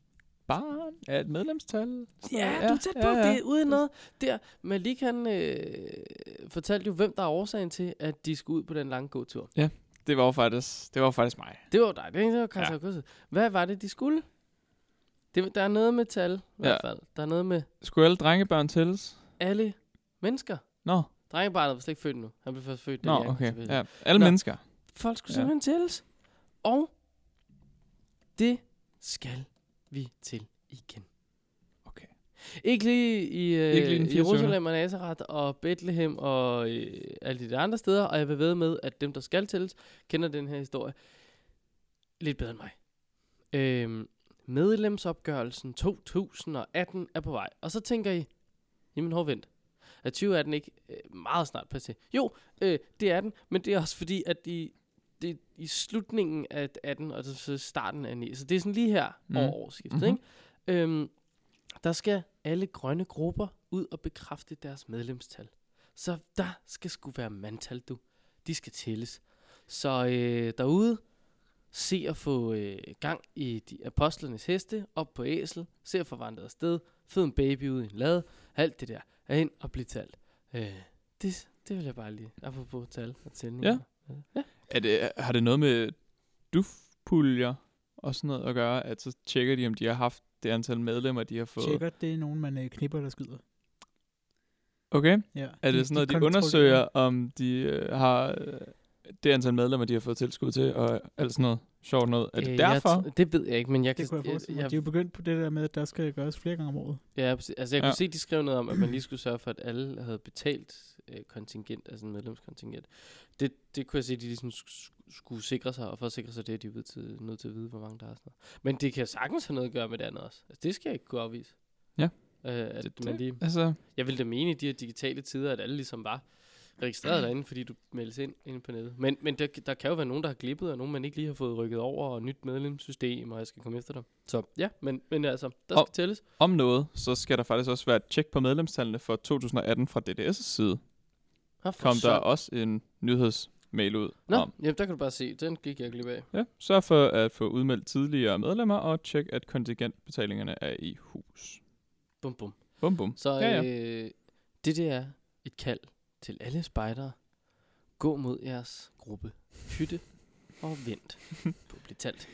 Speaker 2: barn af et medlemstal.
Speaker 1: Ja, du er tæt på ja, ja. det, uden noget. Der, Malik, han øh, fortalte jo, hvem der er årsagen til, at de skulle ud på den lange gåtur.
Speaker 2: Det var jo faktisk, det var jo faktisk mig.
Speaker 1: Det var jo dig, det var Kajsa ja. Hvad var det, de skulle? Det, var- der er noget med tal, i ja. hvert fald. Der er noget med
Speaker 2: Skulle alle drengebørn tælles?
Speaker 1: alle mennesker.
Speaker 2: Nå,
Speaker 1: Drengebarnet var slet ikke født nu. Han blev først født, da
Speaker 2: nå
Speaker 1: jeg kom
Speaker 2: okay.
Speaker 1: tilbage.
Speaker 2: Ja, alle
Speaker 1: Nå.
Speaker 2: mennesker.
Speaker 1: Folk skulle ja.
Speaker 2: Ja.
Speaker 1: simpelthen tælles. Og det skal vi til igen.
Speaker 2: Okay.
Speaker 1: Ikke lige i, øh,
Speaker 2: Ikke lige den
Speaker 1: i
Speaker 2: 24..
Speaker 1: Jerusalem og Nazareth og Bethlehem og øh, alle de der andre steder. Og jeg vil ved med, at dem, der skal tælles, kender den her historie lidt bedre end mig. Øhm, medlemsopgørelsen 2018 er på vej. Og så tænker I, Jamen, hov, vent. Er 20 er den ikke øh, meget snart passé? Jo, øh, det er den, men det er også fordi, at i, det er i slutningen af 18 og så- så starten af 9, så det er sådan lige her
Speaker 2: Mm.
Speaker 1: mm. over årsskiftet,
Speaker 2: Mhm.
Speaker 1: mm-hmm. ikke? Øhm, der skal alle grønne grupper ud og bekræfte deres medlemstal. Så der skal sgu være mandtal, du. De skal tælles. Så øh, derude, se at få øh, gang i de apostlenes heste, op på æsel, se at få vandret afsted, fed en baby ud i en lade, alt det der, er ind og blive talt. Øh, det, det vil jeg bare lige, apropos tal og tællinger.
Speaker 2: Ja. Er det, har det noget med dufpuljer og sådan noget at gøre, at så tjekker de, om de har haft det antal medlemmer, de har fået?
Speaker 3: Tjekker, det er nogen, man øh, knipper, der skyder.
Speaker 2: Okay.
Speaker 3: Ja,
Speaker 2: Er det sådan noget, de
Speaker 3: kontrollerer-
Speaker 2: undersøger, om de øh, har øh, det antal medlemmer, de har fået tilskud til, og alt sådan noget sjovt noget? Er det øh, derfor?
Speaker 1: Jeg, t- det ved jeg ikke, men jeg kan...
Speaker 3: Det kunne jeg forestille
Speaker 1: Altså,
Speaker 3: mig.
Speaker 1: jeg,
Speaker 3: De er jo begyndt på det der med, at der skal gøres flere gange om året.
Speaker 1: Ja, præcis. altså jeg kunne
Speaker 2: Ja.
Speaker 1: ja. se, de skrev noget om, at man lige skulle sørge for, at alle havde betalt øh, kontingent, altså en medlemskontingent. Det, det kunne jeg se, at de ligesom sk- sk- skulle sikre sig, og for at sikre sig det, er de ved til, nødt til at vide, hvor mange der er. og Sådan noget. Men det kan sagtens have noget at gøre med det andet også. Altså det skal jeg ikke kunne afvise.
Speaker 2: Ja.
Speaker 1: Øh, at
Speaker 2: Det-
Speaker 1: det, man lige,
Speaker 2: Altså,
Speaker 1: jeg ville da mene i de her digitale tider, at alle ligesom var registreret derinde, fordi du meldes ind inde på nettet. Men, men der, der kan jo være nogen, der har glippet, og nogen, man ikke lige har fået rykket over, og nyt medlemssystem, og jeg skal komme efter dem. Så ja, men, men altså, der
Speaker 2: Og-
Speaker 1: skal tælles.
Speaker 2: om noget, så skal der faktisk også være et tjek på medlemstallene for 2018 fra DDS' side.
Speaker 1: Ah, for
Speaker 2: Kom der
Speaker 1: søren.
Speaker 2: også en nyhedsmail ud
Speaker 1: Nå,
Speaker 2: om.
Speaker 1: jamen der kan du bare se. Den gik jeg glip af.
Speaker 2: Ja, sørg for at få udmeldt tidligere medlemmer, og tjek, at kontingentbetalingerne er i hus.
Speaker 1: Bum, bum.
Speaker 2: Bum, bum.
Speaker 1: Så
Speaker 2: Ja,
Speaker 1: ja, ja. Øh, det der er et kald til alle spejdere. Gå mod jeres gruppe. Hytte og vent på at blive talt.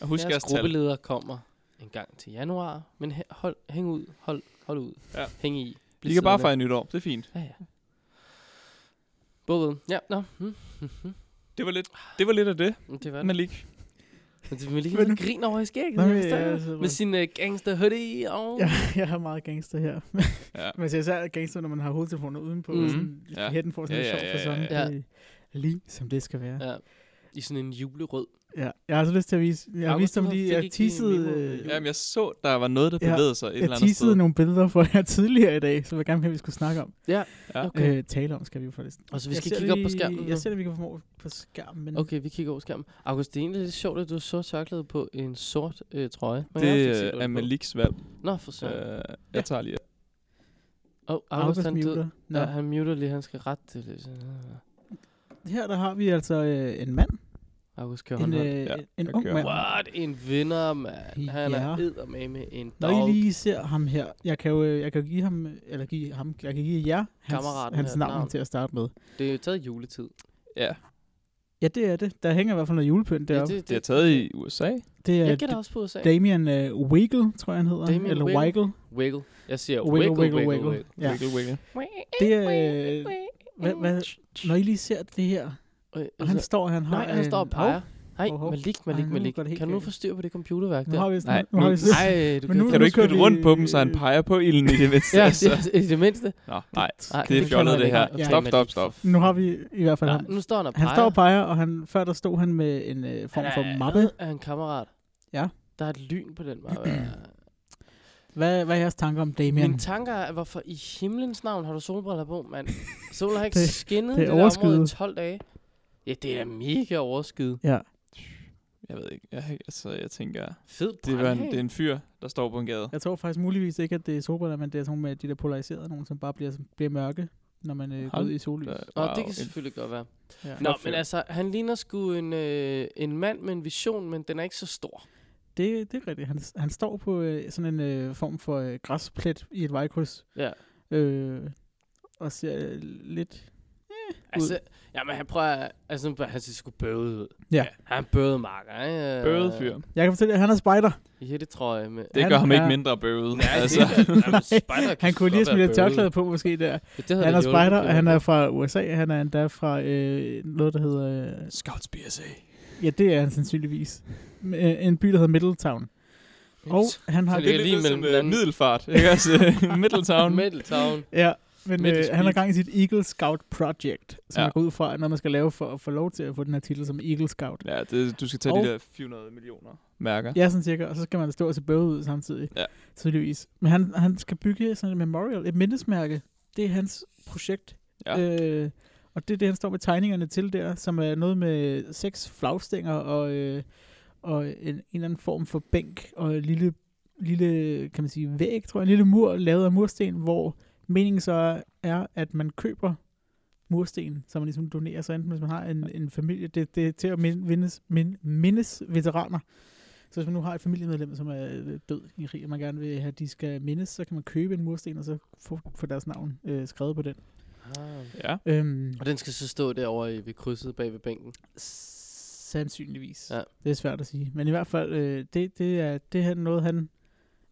Speaker 2: Og husk
Speaker 1: jeres
Speaker 2: jeres tal.
Speaker 1: gruppeleder kommer en gang til januar, men hæ- hold, hæng ud, hold, hold ud,
Speaker 2: Ja.
Speaker 1: hæng ligesom i.
Speaker 2: De kan bare
Speaker 1: siddende.
Speaker 2: fejre nytår. Det er fint.
Speaker 1: Ja, ja. Både, ja, nå. Hmm.
Speaker 2: Det var lidt, det var lidt af det,
Speaker 1: men Det var det.
Speaker 2: Malik.
Speaker 1: Men det vil
Speaker 3: Men-
Speaker 1: lige grine over i skægget.
Speaker 3: Nå,
Speaker 1: jeg
Speaker 3: men
Speaker 1: forstår
Speaker 3: jeg
Speaker 1: det.
Speaker 3: sidder
Speaker 1: Med
Speaker 3: bare-
Speaker 1: sin uh, gangster hoodie og...
Speaker 3: Ja, jeg har meget gangster her.
Speaker 2: Ja.
Speaker 3: Man ser især gangster, når man har hovedtelefoner udenpå.
Speaker 1: Mhm.
Speaker 3: Mm. Sådan,
Speaker 2: Ja.
Speaker 3: ja. Hætten får sådan
Speaker 2: Ja,
Speaker 3: ja,
Speaker 2: ja,
Speaker 3: lidt sjov
Speaker 2: ja,
Speaker 3: for sådan.
Speaker 1: ja, ja.
Speaker 3: Det, er lige som det skal være. Ja.
Speaker 1: ja. I sådan en julerød
Speaker 3: ja. Jeg har så lyst til at vise. Jeg har
Speaker 1: August,
Speaker 3: vist dem
Speaker 1: du
Speaker 3: lige.
Speaker 1: fik
Speaker 3: Jeg
Speaker 1: ikke lige
Speaker 3: teasede,
Speaker 1: memo, øh,
Speaker 3: øh,
Speaker 2: Jamen, jeg så, der var noget, der
Speaker 3: Ja,
Speaker 2: bevægede sig et eller
Speaker 3: jeg
Speaker 2: andet sted.
Speaker 3: teasede nogle billeder for jer tidligere i dag, som jeg gerne vil, vi skulle snakke om.
Speaker 2: Ja.
Speaker 1: Okay.
Speaker 3: Okay. Øh, tale om skal vi jo faktisk.
Speaker 1: Og så vi
Speaker 3: Jeg
Speaker 1: skal
Speaker 3: ser
Speaker 1: kigge op på
Speaker 3: lige-
Speaker 1: skærmen nu.
Speaker 3: Jeg ser det, vi kan formå på skærmen. Men
Speaker 1: Okay, vi kigger over skærmen. August, det er egentlig lidt sjovt, at du har sort tørklæde på en sort øh, trøje. Man kan faktisk
Speaker 2: Det
Speaker 1: ikke se,
Speaker 2: øh,
Speaker 1: hvad
Speaker 2: er
Speaker 1: du har på.
Speaker 2: Maliks valg.
Speaker 1: Nå, for søren. Øh,
Speaker 2: Øh, jeg tager lige.
Speaker 1: oh, August,
Speaker 3: August
Speaker 1: han, død.
Speaker 3: muter. Nå.
Speaker 1: Ja, han muter lige, han skal rette det lidt. Ah,
Speaker 3: Her der har vi altså øh, en mand.
Speaker 1: August kører
Speaker 3: En,
Speaker 1: håndholdt.
Speaker 3: øh,
Speaker 2: Ja,
Speaker 3: ja, en
Speaker 2: der
Speaker 3: ung
Speaker 2: kører
Speaker 3: mand.
Speaker 1: What en vinder, mand. Han er
Speaker 3: Ja.
Speaker 1: eddermame med en
Speaker 3: Når I
Speaker 1: dog.
Speaker 3: lige ser ham her, jeg kan jo øh, jeg kan jo give ham, eller give ham, jeg kan give jer hans,
Speaker 1: Kammeraten her,
Speaker 3: hans navn,
Speaker 1: navn.
Speaker 3: til at starte med.
Speaker 1: Det er jo taget i juletid.
Speaker 2: Ja,
Speaker 3: Ja, det er det. Der hænger i hvert fald noget julepynt
Speaker 1: Ja,
Speaker 3: deroppe.
Speaker 2: det er taget i USA.
Speaker 3: Det, det er
Speaker 1: Jeg gætter også på USA.
Speaker 3: Damien uh, Wiggle, tror jeg han hedder.
Speaker 1: Damien
Speaker 3: eller
Speaker 1: Wiggle.
Speaker 3: Wiggle.
Speaker 1: Wiggle. Jeg siger
Speaker 3: Wiggle,
Speaker 1: wiggle, wiggle, wiggle.
Speaker 3: Ja.
Speaker 2: Wiggle, wiggle.
Speaker 3: Det er... Øh, hvad, hvad, når I lige ser det her,
Speaker 1: Øh,
Speaker 3: og han
Speaker 1: han,
Speaker 3: står, han har
Speaker 1: Altså,
Speaker 3: øh,
Speaker 1: nej, han
Speaker 3: en,
Speaker 1: står og peger. Nej,
Speaker 3: Øhm, Hov, hov.
Speaker 1: Malik,
Speaker 3: Ej,
Speaker 1: Malik,
Speaker 3: nu
Speaker 1: Malik.
Speaker 3: går det helt
Speaker 1: Kan du nu
Speaker 3: galt.
Speaker 1: få styr på det computerværk
Speaker 3: nu har
Speaker 1: der?
Speaker 3: vi sådan,
Speaker 2: Nej,
Speaker 3: nej, nu, har
Speaker 2: nu-
Speaker 3: vi sådan,
Speaker 1: Nej, du
Speaker 3: Men nu-
Speaker 1: kan
Speaker 2: Kan du
Speaker 3: nu
Speaker 2: ikke
Speaker 3: skal
Speaker 2: bytte rundt
Speaker 3: vi-
Speaker 2: på dem, så han peger på ilden i det mindste?
Speaker 1: Ja,
Speaker 2: altså?
Speaker 1: det, i det mindste.
Speaker 2: Nå, nej.
Speaker 1: Nej,
Speaker 2: Det er
Speaker 1: kan
Speaker 2: fjollet,
Speaker 1: man
Speaker 2: det
Speaker 1: ikke.
Speaker 2: her.
Speaker 1: Okay.
Speaker 2: Stop, stop, stop.
Speaker 3: nu har vi i hvert fald
Speaker 1: Ja,
Speaker 3: ham.
Speaker 1: nu står han og
Speaker 3: Han
Speaker 1: peger.
Speaker 3: står og peger, og han, før der stod han med en øh, form
Speaker 1: Han
Speaker 3: for
Speaker 1: er
Speaker 3: mappe.
Speaker 1: noget af en kammerat.
Speaker 3: Ja.
Speaker 1: Der er et lyn på den mappe.
Speaker 3: Hvad, hvad er jeres tanker om Damien?
Speaker 1: Mine tanker er, hvorfor i himlens navn har du solbriller på, mand? Solen har ikke
Speaker 3: Det-
Speaker 1: skinnet
Speaker 3: det
Speaker 1: det,
Speaker 3: er
Speaker 1: det der område i
Speaker 3: overskyet.
Speaker 1: 12 dage. Ja, det er da mega overskyet.
Speaker 3: Ja.
Speaker 2: Jeg ved ikke. Jeg, altså, jeg tænker,
Speaker 1: Fed
Speaker 2: det er, en,
Speaker 1: brandhage.
Speaker 2: det er en fyr, der står på en gade.
Speaker 3: Jeg tror faktisk muligvis ikke, at det er solbriller, men det er sådan nogle med de der polariserede nogen, som bare bliver, bliver mørke, når man øh, går
Speaker 2: Hold
Speaker 3: ud i sollys.
Speaker 2: Der-
Speaker 1: Nå,
Speaker 2: wow,
Speaker 1: det kan
Speaker 2: en-
Speaker 1: selvfølgelig godt være.
Speaker 3: Ja.
Speaker 1: Nå,
Speaker 2: fyr.
Speaker 1: men altså, han ligner sgu en, øh, en mand med en vision, men den er ikke så stor.
Speaker 3: Det, det er rigtigt. Han, han står på øh, sådan en øh, form for øh, græsplet i et vejkryds,
Speaker 1: Ja.
Speaker 3: øh, og ser øh, lidt...
Speaker 1: Altså, jamen, han prøver, altså, han ser sgu bøvet ud.
Speaker 3: Ja.
Speaker 1: Han er bøvet marker, ikke? Øh,
Speaker 2: Bøvet fyr.
Speaker 3: Jeg kan fortælle, at han er spider.
Speaker 1: I hættetrøje med.
Speaker 2: Det
Speaker 3: Han
Speaker 2: gør ham ikke
Speaker 3: er-
Speaker 2: mindre bøvet.
Speaker 1: Nej,
Speaker 2: Altså,
Speaker 1: det, jamen, spider kan
Speaker 3: Han
Speaker 1: sgu
Speaker 3: kunne lige
Speaker 1: godt være
Speaker 3: smide et
Speaker 1: bøvlet.
Speaker 3: tørklæde på, måske der.
Speaker 1: Ja, det havde
Speaker 3: Han er
Speaker 1: det hjulpet,
Speaker 3: spider,
Speaker 1: det
Speaker 3: og han
Speaker 1: var-
Speaker 3: er fra USA. Han er endda fra øh, noget, der hedder... Øh,
Speaker 2: Scouts BSA.
Speaker 3: ja, det er han sandsynligvis. M- øh, en by, der hedder Middletown. Og han har
Speaker 2: Det
Speaker 1: Det er
Speaker 2: er
Speaker 1: lige
Speaker 2: lige
Speaker 1: mellem
Speaker 2: mellem
Speaker 1: hinanden.
Speaker 2: middelfart. Ikke også? Middletown.
Speaker 1: Middletown.
Speaker 3: Ja, Men
Speaker 2: Med
Speaker 3: øh,
Speaker 2: det
Speaker 3: han har
Speaker 2: speak.
Speaker 3: gang i sit Eagle Scout Project, som
Speaker 2: Ja.
Speaker 3: ja. jeg går ud fra, når man skal lave for at få lov til at få den her titel som Eagle Scout.
Speaker 2: Ja, det, du skal tage
Speaker 3: Og-
Speaker 2: de der 400 millioner mærker.
Speaker 3: Ja, sådan cirka. Og så skal man stå og se bøvet ud samtidig.
Speaker 2: Ja.
Speaker 3: Tydeligvis. Men han, han skal bygge sådan et memorial, et mindesmærke. Det er hans projekt.
Speaker 2: Ja.
Speaker 3: Øh, og det er det, han står med tegningerne til der, som er noget med seks flagstænger og, øh, og en, en eller anden form for bænk og en lille, lille kan man sige, væg, tror jeg. En lille mur lavet af mursten, hvor meningen så er, at man køber mursten, som man ligesom donerer, så enten hvis man har en, en familie, det, det er til at min- mindes, min, mindes veteraner. Så hvis man nu har et familiemedlem, som er øh, død i krig, og man gerne vil have, at de skal mindes, så kan man købe en mursten, og så få, få deres navn øh, skrevet på den.
Speaker 1: Ah.
Speaker 2: Ja.
Speaker 3: Øhm,
Speaker 1: Og den skal så stå derovre i- ved krydset bag ved bænken.
Speaker 3: sandsynligvis.
Speaker 1: Ja.
Speaker 3: Det er svært at sige. Men i hvert fald, øh, det, det, er, det er noget, han,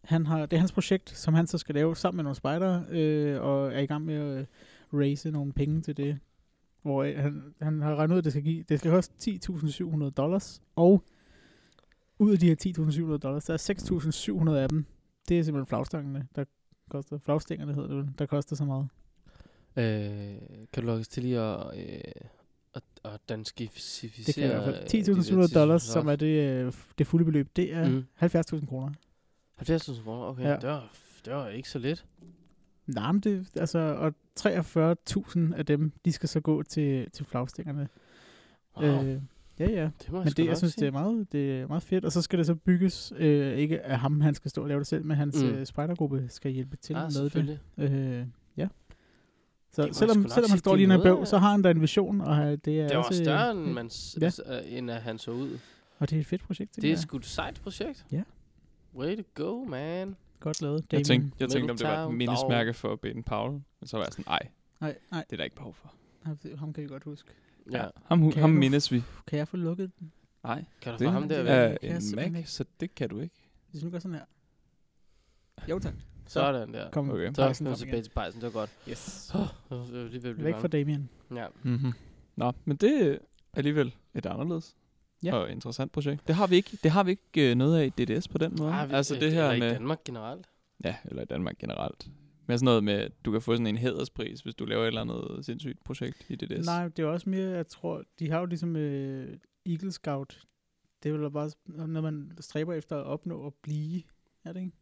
Speaker 3: han har, det er hans projekt, som han så skal lave sammen med nogle spejdere, øh, og er i gang med at øh, raise nogle penge til det. Hvor øh, han, han har regnet ud, at det skal, give, det skal koste 10.700 dollars, og ud af de her 10.700 dollars, der er 6.700 af dem. Det er simpelthen flagstangerne, der koster, flagstængerne hedder det, vel, der koster så meget.
Speaker 1: Øh, kan du lukke os til lige at, øh, at, at danskificere?
Speaker 3: Det kan jeg i hvert
Speaker 1: øh, de der
Speaker 3: fald. 10.700 dollars, som er
Speaker 1: 10.700
Speaker 3: det, øh, det fulde beløb, det er
Speaker 1: Mm.
Speaker 3: mm. 70.000 kroner.
Speaker 1: dollars. 70.000 kroner, okay. Ja.
Speaker 3: Ja.
Speaker 1: Det, var, det var ikke så lidt.
Speaker 3: Nej, men det, altså, og 43.000 af dem, de skal så gå til, til flagstængerne.
Speaker 1: Wow, øh,
Speaker 3: ja, ja.
Speaker 1: det må jeg
Speaker 3: Men
Speaker 1: sgu
Speaker 3: det, jeg
Speaker 1: nok
Speaker 3: synes,
Speaker 1: sige.
Speaker 3: det er, meget, det er meget fedt. Og så skal det så bygges, øh, ikke af ham, han skal stå og lave det selv, men hans
Speaker 1: Mm.
Speaker 3: mm. øh, spejdergruppe skal hjælpe til
Speaker 1: ah,
Speaker 3: med det.
Speaker 1: selvfølgelig.
Speaker 3: Øh, ja.
Speaker 1: Det må
Speaker 3: Så
Speaker 1: jeg sgu
Speaker 3: selvom,
Speaker 1: nok
Speaker 3: selvom
Speaker 1: sige,
Speaker 3: han står
Speaker 1: det er
Speaker 3: lige en
Speaker 1: noget
Speaker 3: bøv,
Speaker 1: af-
Speaker 3: så har han da en vision, og han- det er,
Speaker 1: Det var
Speaker 3: også, øh,
Speaker 1: større, end, man, s-
Speaker 3: ja.
Speaker 1: øh, end at han så ud.
Speaker 3: Og det er et fedt projekt,
Speaker 1: Det er
Speaker 3: tænker
Speaker 1: sgu et sejt projekt.
Speaker 3: Ja.
Speaker 1: Way to go, man.
Speaker 3: jeg. Godt lavet, Damien.
Speaker 2: Jeg tænkte, jeg tænkte, om det var et
Speaker 1: Middletown
Speaker 2: mindesmærke for Baden Powell. Men så var jeg sådan, nej,
Speaker 3: Nej, nej,
Speaker 2: det er der ikke behov for.
Speaker 3: ham- ham kan vi godt huske.
Speaker 1: Ja.
Speaker 2: Ham, hu-
Speaker 3: Kan
Speaker 2: ham
Speaker 3: du-
Speaker 2: mindes vi.
Speaker 3: Kan jeg få lukket den?
Speaker 2: Nej,
Speaker 1: Kan du
Speaker 2: det
Speaker 1: få ham der
Speaker 3: er-
Speaker 1: væk?
Speaker 2: er
Speaker 3: kan jeg
Speaker 2: en
Speaker 3: simpelthen
Speaker 2: Mac,
Speaker 3: ikke.
Speaker 2: så det kan du ikke.
Speaker 3: Hvis nu gør sådan her. Jo tak.
Speaker 1: Sådan der.
Speaker 3: Kom,
Speaker 2: Okay.
Speaker 1: Så er
Speaker 3: pejsen
Speaker 1: vi
Speaker 3: op igen.
Speaker 1: tilbage til pejsen, det var godt.
Speaker 3: Yes.
Speaker 1: Jeg var lige ved at blive
Speaker 3: Væk
Speaker 1: bange.
Speaker 3: fra Damien.
Speaker 1: Ja.
Speaker 2: Mm-hmm. Nå, men det er alligevel et anderledes
Speaker 3: Ja.
Speaker 2: og interessant projekt. Det har vi ikke, det har vi ikke øh, noget af i DDS på den måde.
Speaker 1: Ah, vi,
Speaker 2: altså det her
Speaker 1: eller i
Speaker 2: med,
Speaker 1: Danmark generelt.
Speaker 2: ja, eller i Danmark generelt. Med sådan noget med, at du kan få sådan en hæderspris, hvis du laver et eller andet sindssygt projekt i DDS.
Speaker 3: Nej, det er også mere, jeg tror, de har jo ligesom øh, Eagle Scout. Det er vel bare noget, man stræber efter at opnå at blive. Er det ikke?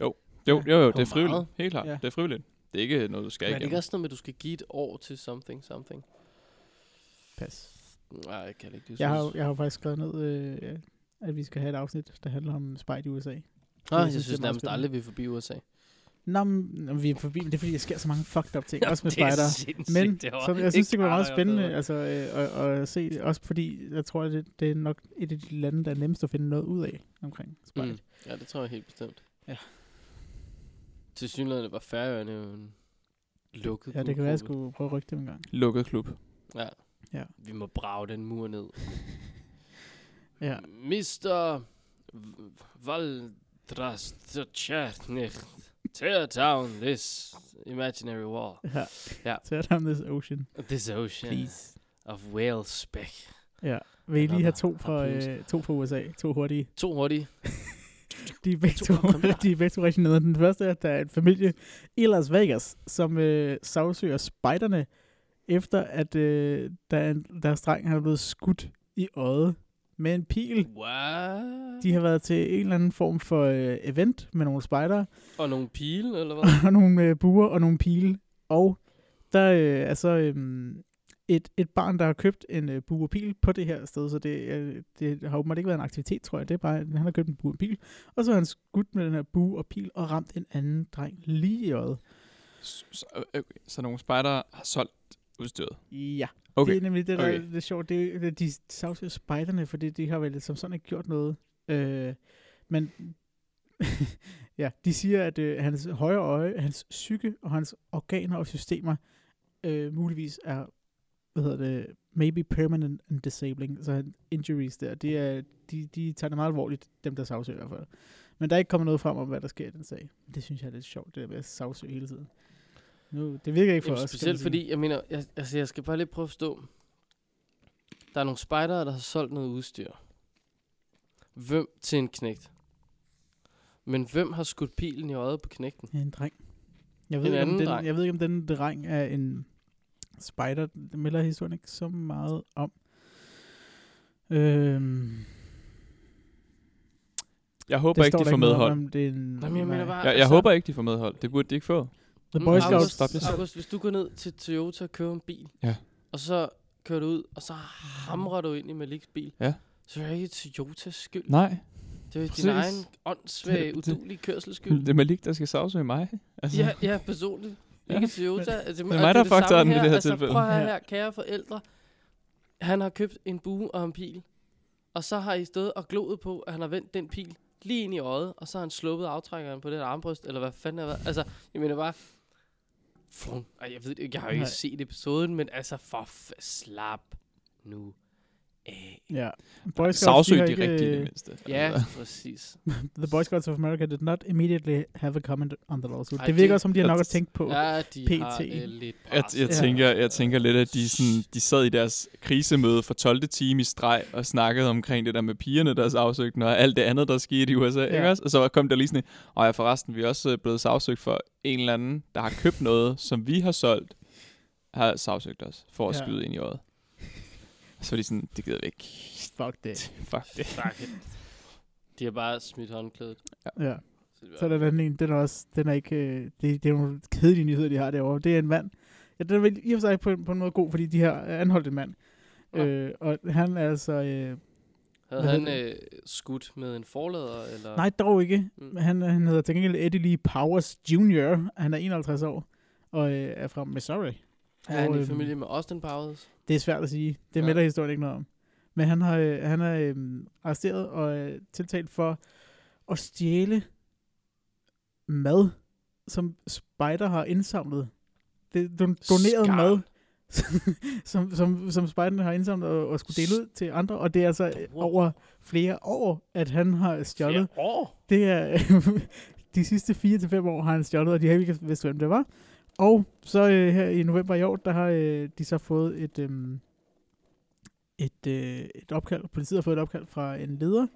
Speaker 2: Jo, jo, jo, det er
Speaker 1: meget.
Speaker 2: frivilligt. Helt klart,
Speaker 3: Ja.
Speaker 2: det er frivilligt. Det er ikke noget, du skal
Speaker 1: Men er det ikke
Speaker 2: igennem.
Speaker 1: også noget med, at du skal give et år til something, something?
Speaker 3: Pas.
Speaker 1: Nej, jeg kan ikke det.
Speaker 3: Jeg har, jo- jeg har jo faktisk skrevet ned, øh, ja, at vi skal have et afsnit, der handler om spejt i USA.
Speaker 1: ah, jeg
Speaker 3: synes, det er
Speaker 1: synes,
Speaker 3: meget
Speaker 1: nærmest
Speaker 3: spændende.
Speaker 1: aldrig, vi er forbi USA.
Speaker 3: Nå, men nå, vi er forbi, men det er fordi, der sker så mange fucked up ting, også med
Speaker 1: Det er
Speaker 3: spejder.
Speaker 1: sindssygt,
Speaker 3: Men
Speaker 1: det var
Speaker 3: som, jeg synes,
Speaker 1: ikke
Speaker 3: det kunne være meget
Speaker 1: klart, at jeg
Speaker 3: spændende
Speaker 1: ved
Speaker 3: altså, øh, at, at, se det. Også fordi, jeg tror, at det, det er nok et af de lande, der er nemmest at finde noget ud af omkring spejl.
Speaker 1: Mm. Ja, det tror jeg helt bestemt.
Speaker 3: Ja.
Speaker 1: Til synligheden var Færøerne jo en lukket
Speaker 3: Ja, det kan være, at jeg
Speaker 1: guldgruppe.
Speaker 3: skulle prøve at rykke dem en gang.
Speaker 2: Lukket klub.
Speaker 1: Ja.
Speaker 3: Ja.
Speaker 1: Vi må brage den mur ned.
Speaker 3: Ja.
Speaker 1: Mr. V- Valdrastachernich, tear down this imaginary wall.
Speaker 3: ja.
Speaker 1: Ja.
Speaker 3: Så er der om This Ocean,
Speaker 1: This ocean
Speaker 3: please.
Speaker 1: of whale speck.
Speaker 3: Ja. Vil I
Speaker 1: Eller
Speaker 3: lige have
Speaker 1: der
Speaker 3: to fra,
Speaker 1: har
Speaker 3: øh, to fra USA? To hurtige.
Speaker 1: To hurtige.
Speaker 3: De er begge
Speaker 1: To
Speaker 3: to,
Speaker 1: kom her.
Speaker 3: de er begge to rigtig nede. Den første er, at der er en familie i Las Vegas, som øh, sagsøger spejderne, efter at øh, der er en, deres dreng har blevet skudt i øjet med en pil.
Speaker 1: What?
Speaker 3: De har været til en eller anden form for øh, event med nogle spejdere,
Speaker 1: Og nogle pile, eller hvad?
Speaker 3: og nogle øh, buer og nogle pile. Og der øh, er så øh, et, et barn, der har købt en øh, bue og pil på det her sted, så det, øh, det har åbenbart ikke været en aktivitet, tror jeg. Det er bare, at han har købt en bue og pil, og så har han skudt med den her bue og pil og ramt en anden dreng lige i øjet.
Speaker 2: S- Så, øh, okay. så nogle spejdere har solgt udstyret.
Speaker 3: Ja.
Speaker 2: Okay.
Speaker 3: Det er nemlig det, der okay.
Speaker 2: okay.
Speaker 3: er lidt sjovt. Det, er- det, de sagsøger spejderne, fordi de har vel som sådan ikke gjort noget. Øh, men ja, de siger, at øh, hans højre øje, hans psyke og hans organer og systemer øh, muligvis er, hvad hedder det, maybe permanent and disabling. Så han- injuries der, det er, de, de tager det meget alvorligt, dem der sagsøger i hvert fald. Men der er ikke kommet noget frem om, hvad der sker i den sag. Det synes jeg er lidt sjovt, det der med at sagsøge hele tiden. Nu, det virker ikke for
Speaker 1: Jamen,
Speaker 3: os. kan man
Speaker 1: specielt
Speaker 3: sige.
Speaker 1: fordi, jeg mener, jeg, altså, jeg skal bare lige prøve at forstå. Der er nogle spejdere, der har solgt noget udstyr. Hvem til en knægt? Men hvem har skudt pilen i øjet på knægten?
Speaker 3: Ja, en dreng. Jeg ved,
Speaker 1: En
Speaker 3: ikke, om
Speaker 1: anden
Speaker 3: den,
Speaker 1: dreng.
Speaker 3: jeg ved ikke, om den dreng er en spider. Det melder historien ikke så meget om. Øhm,
Speaker 2: Jeg håber ikke,
Speaker 3: står
Speaker 2: de
Speaker 3: der
Speaker 2: får
Speaker 3: noget om,
Speaker 2: medhold.
Speaker 3: om det er en,
Speaker 1: Jamen, jeg mener bare, altså,
Speaker 2: Jeg, jeg håber ikke, de får medhold. Det burde de ikke få.
Speaker 3: The Boy
Speaker 2: Mm,
Speaker 3: Scouts.
Speaker 2: Stop det.
Speaker 1: August, August, hvis du går ned til Toyota og køber en bil,
Speaker 2: Ja.
Speaker 1: og så kører du ud, og så hamrer du ind i Maliks bil,
Speaker 2: Ja.
Speaker 1: så er det ikke Toyotas skyld.
Speaker 2: Nej,
Speaker 1: Det er jo
Speaker 2: præcis.
Speaker 1: din egen åndssvage,
Speaker 2: Det- det-
Speaker 1: udulig kørselsskyld.
Speaker 2: det er Malik, der skal sagsøge mig. Altså,
Speaker 1: Ja, ja, personligt.
Speaker 2: Ja.
Speaker 1: Ikke Toyota. Altså,
Speaker 2: mig,
Speaker 1: og
Speaker 2: der
Speaker 1: er
Speaker 2: er
Speaker 1: det
Speaker 2: fucked
Speaker 1: samme
Speaker 2: up i det her
Speaker 1: altså,
Speaker 2: tilfælde.
Speaker 1: Prøv at høre
Speaker 3: Ja.
Speaker 1: her, kære forældre. Han har købt en bue og en pil. Og så har I stået og gloet på, at han har vendt den pil lige ind i øjet. Og så har han sluppet aftrækkeren på den armbryst. Eller hvad fanden har været. Altså, jeg mener bare... Fum. Ej, jeg ved det ikke. Jeg har jo ikke
Speaker 3: Nej.
Speaker 1: set episoden, men altså, for f- slap nu af.
Speaker 3: Ja. Boy Scouts,
Speaker 2: Sagsøg
Speaker 3: har
Speaker 2: de
Speaker 3: ikke,
Speaker 2: rigtige i det
Speaker 3: øh,
Speaker 2: mindste.
Speaker 1: Ja,
Speaker 2: Altså,
Speaker 1: præcis.
Speaker 3: The Boy Scouts of America did not immediately have a comment on the lawsuit.
Speaker 1: Ej,
Speaker 3: det virker
Speaker 1: det-
Speaker 3: også, som de har nok
Speaker 2: at-
Speaker 3: også tænkt på.
Speaker 1: Ja, de
Speaker 3: PT.
Speaker 1: har øh, lidt
Speaker 2: E. Jeg,
Speaker 1: pres.
Speaker 2: jeg, tænker, jeg tænker lidt, at de, sådan, de sad i deres krisemøde for 12. time i streg og snakkede omkring det der med pigerne, der er sagsøgt, og alt det andet, der skete i USA.
Speaker 3: Ja.
Speaker 2: Ja. Ikke også? Og så kom der lige sådan en, og ja, forresten, vi er også øh, blevet sagsøgt for en eller anden, der har købt noget, som vi har solgt, har sagsøgt os for at
Speaker 3: Ja.
Speaker 2: ja. skyde ind i øjet. Så var de sådan, det gider vi ikke.
Speaker 3: Fuck det.
Speaker 2: Fuck det.
Speaker 1: Fuck it. De har bare smidt håndklædet.
Speaker 3: Ja.
Speaker 1: Så det
Speaker 3: Så
Speaker 1: var-
Speaker 3: er der den anden en, den er også, den er ikke, øh, det, det er nogle kedelige nyheder, de har derovre. Det er en mand. Ja, den er vel i og for sig på, en- på en måde god, fordi de har anholdt en mand.
Speaker 1: Ja.
Speaker 3: Øh, og han er altså, øh,
Speaker 1: Havde
Speaker 3: Hvad
Speaker 1: han
Speaker 3: hedder
Speaker 1: øh, skudt med en forlader? Eller?
Speaker 3: nej dog ikke,
Speaker 1: Mm.
Speaker 3: Men han, han hedder til gengæld Eddie Lee Powers Jr., han er 51 år, og øh, er fra Missouri.
Speaker 1: Er han
Speaker 3: Og,
Speaker 1: i
Speaker 3: øhm,
Speaker 1: familie med Austin Powers?
Speaker 3: Det er svært at sige. Det
Speaker 1: Ja.
Speaker 3: melder historien ikke noget om. Men han, har, øh, han er øh, arresteret og øh, tiltalt for at stjæle mad, som Spider har indsamlet. Det er don- doneret
Speaker 1: Skarpt.
Speaker 3: mad, som, som, som Spider har indsamlet og, og skulle dele ud til andre. Og det er altså øh, over flere år, at han har stjålet
Speaker 1: Flere år?
Speaker 3: det er de sidste 4 til fem år har han stjålet, og de har ikke vidst, hvem det var. Og så øh, her i november i år, der har øh, de så fået et, øh, et, øh, et opkald, politiet har fået et opkald fra en leder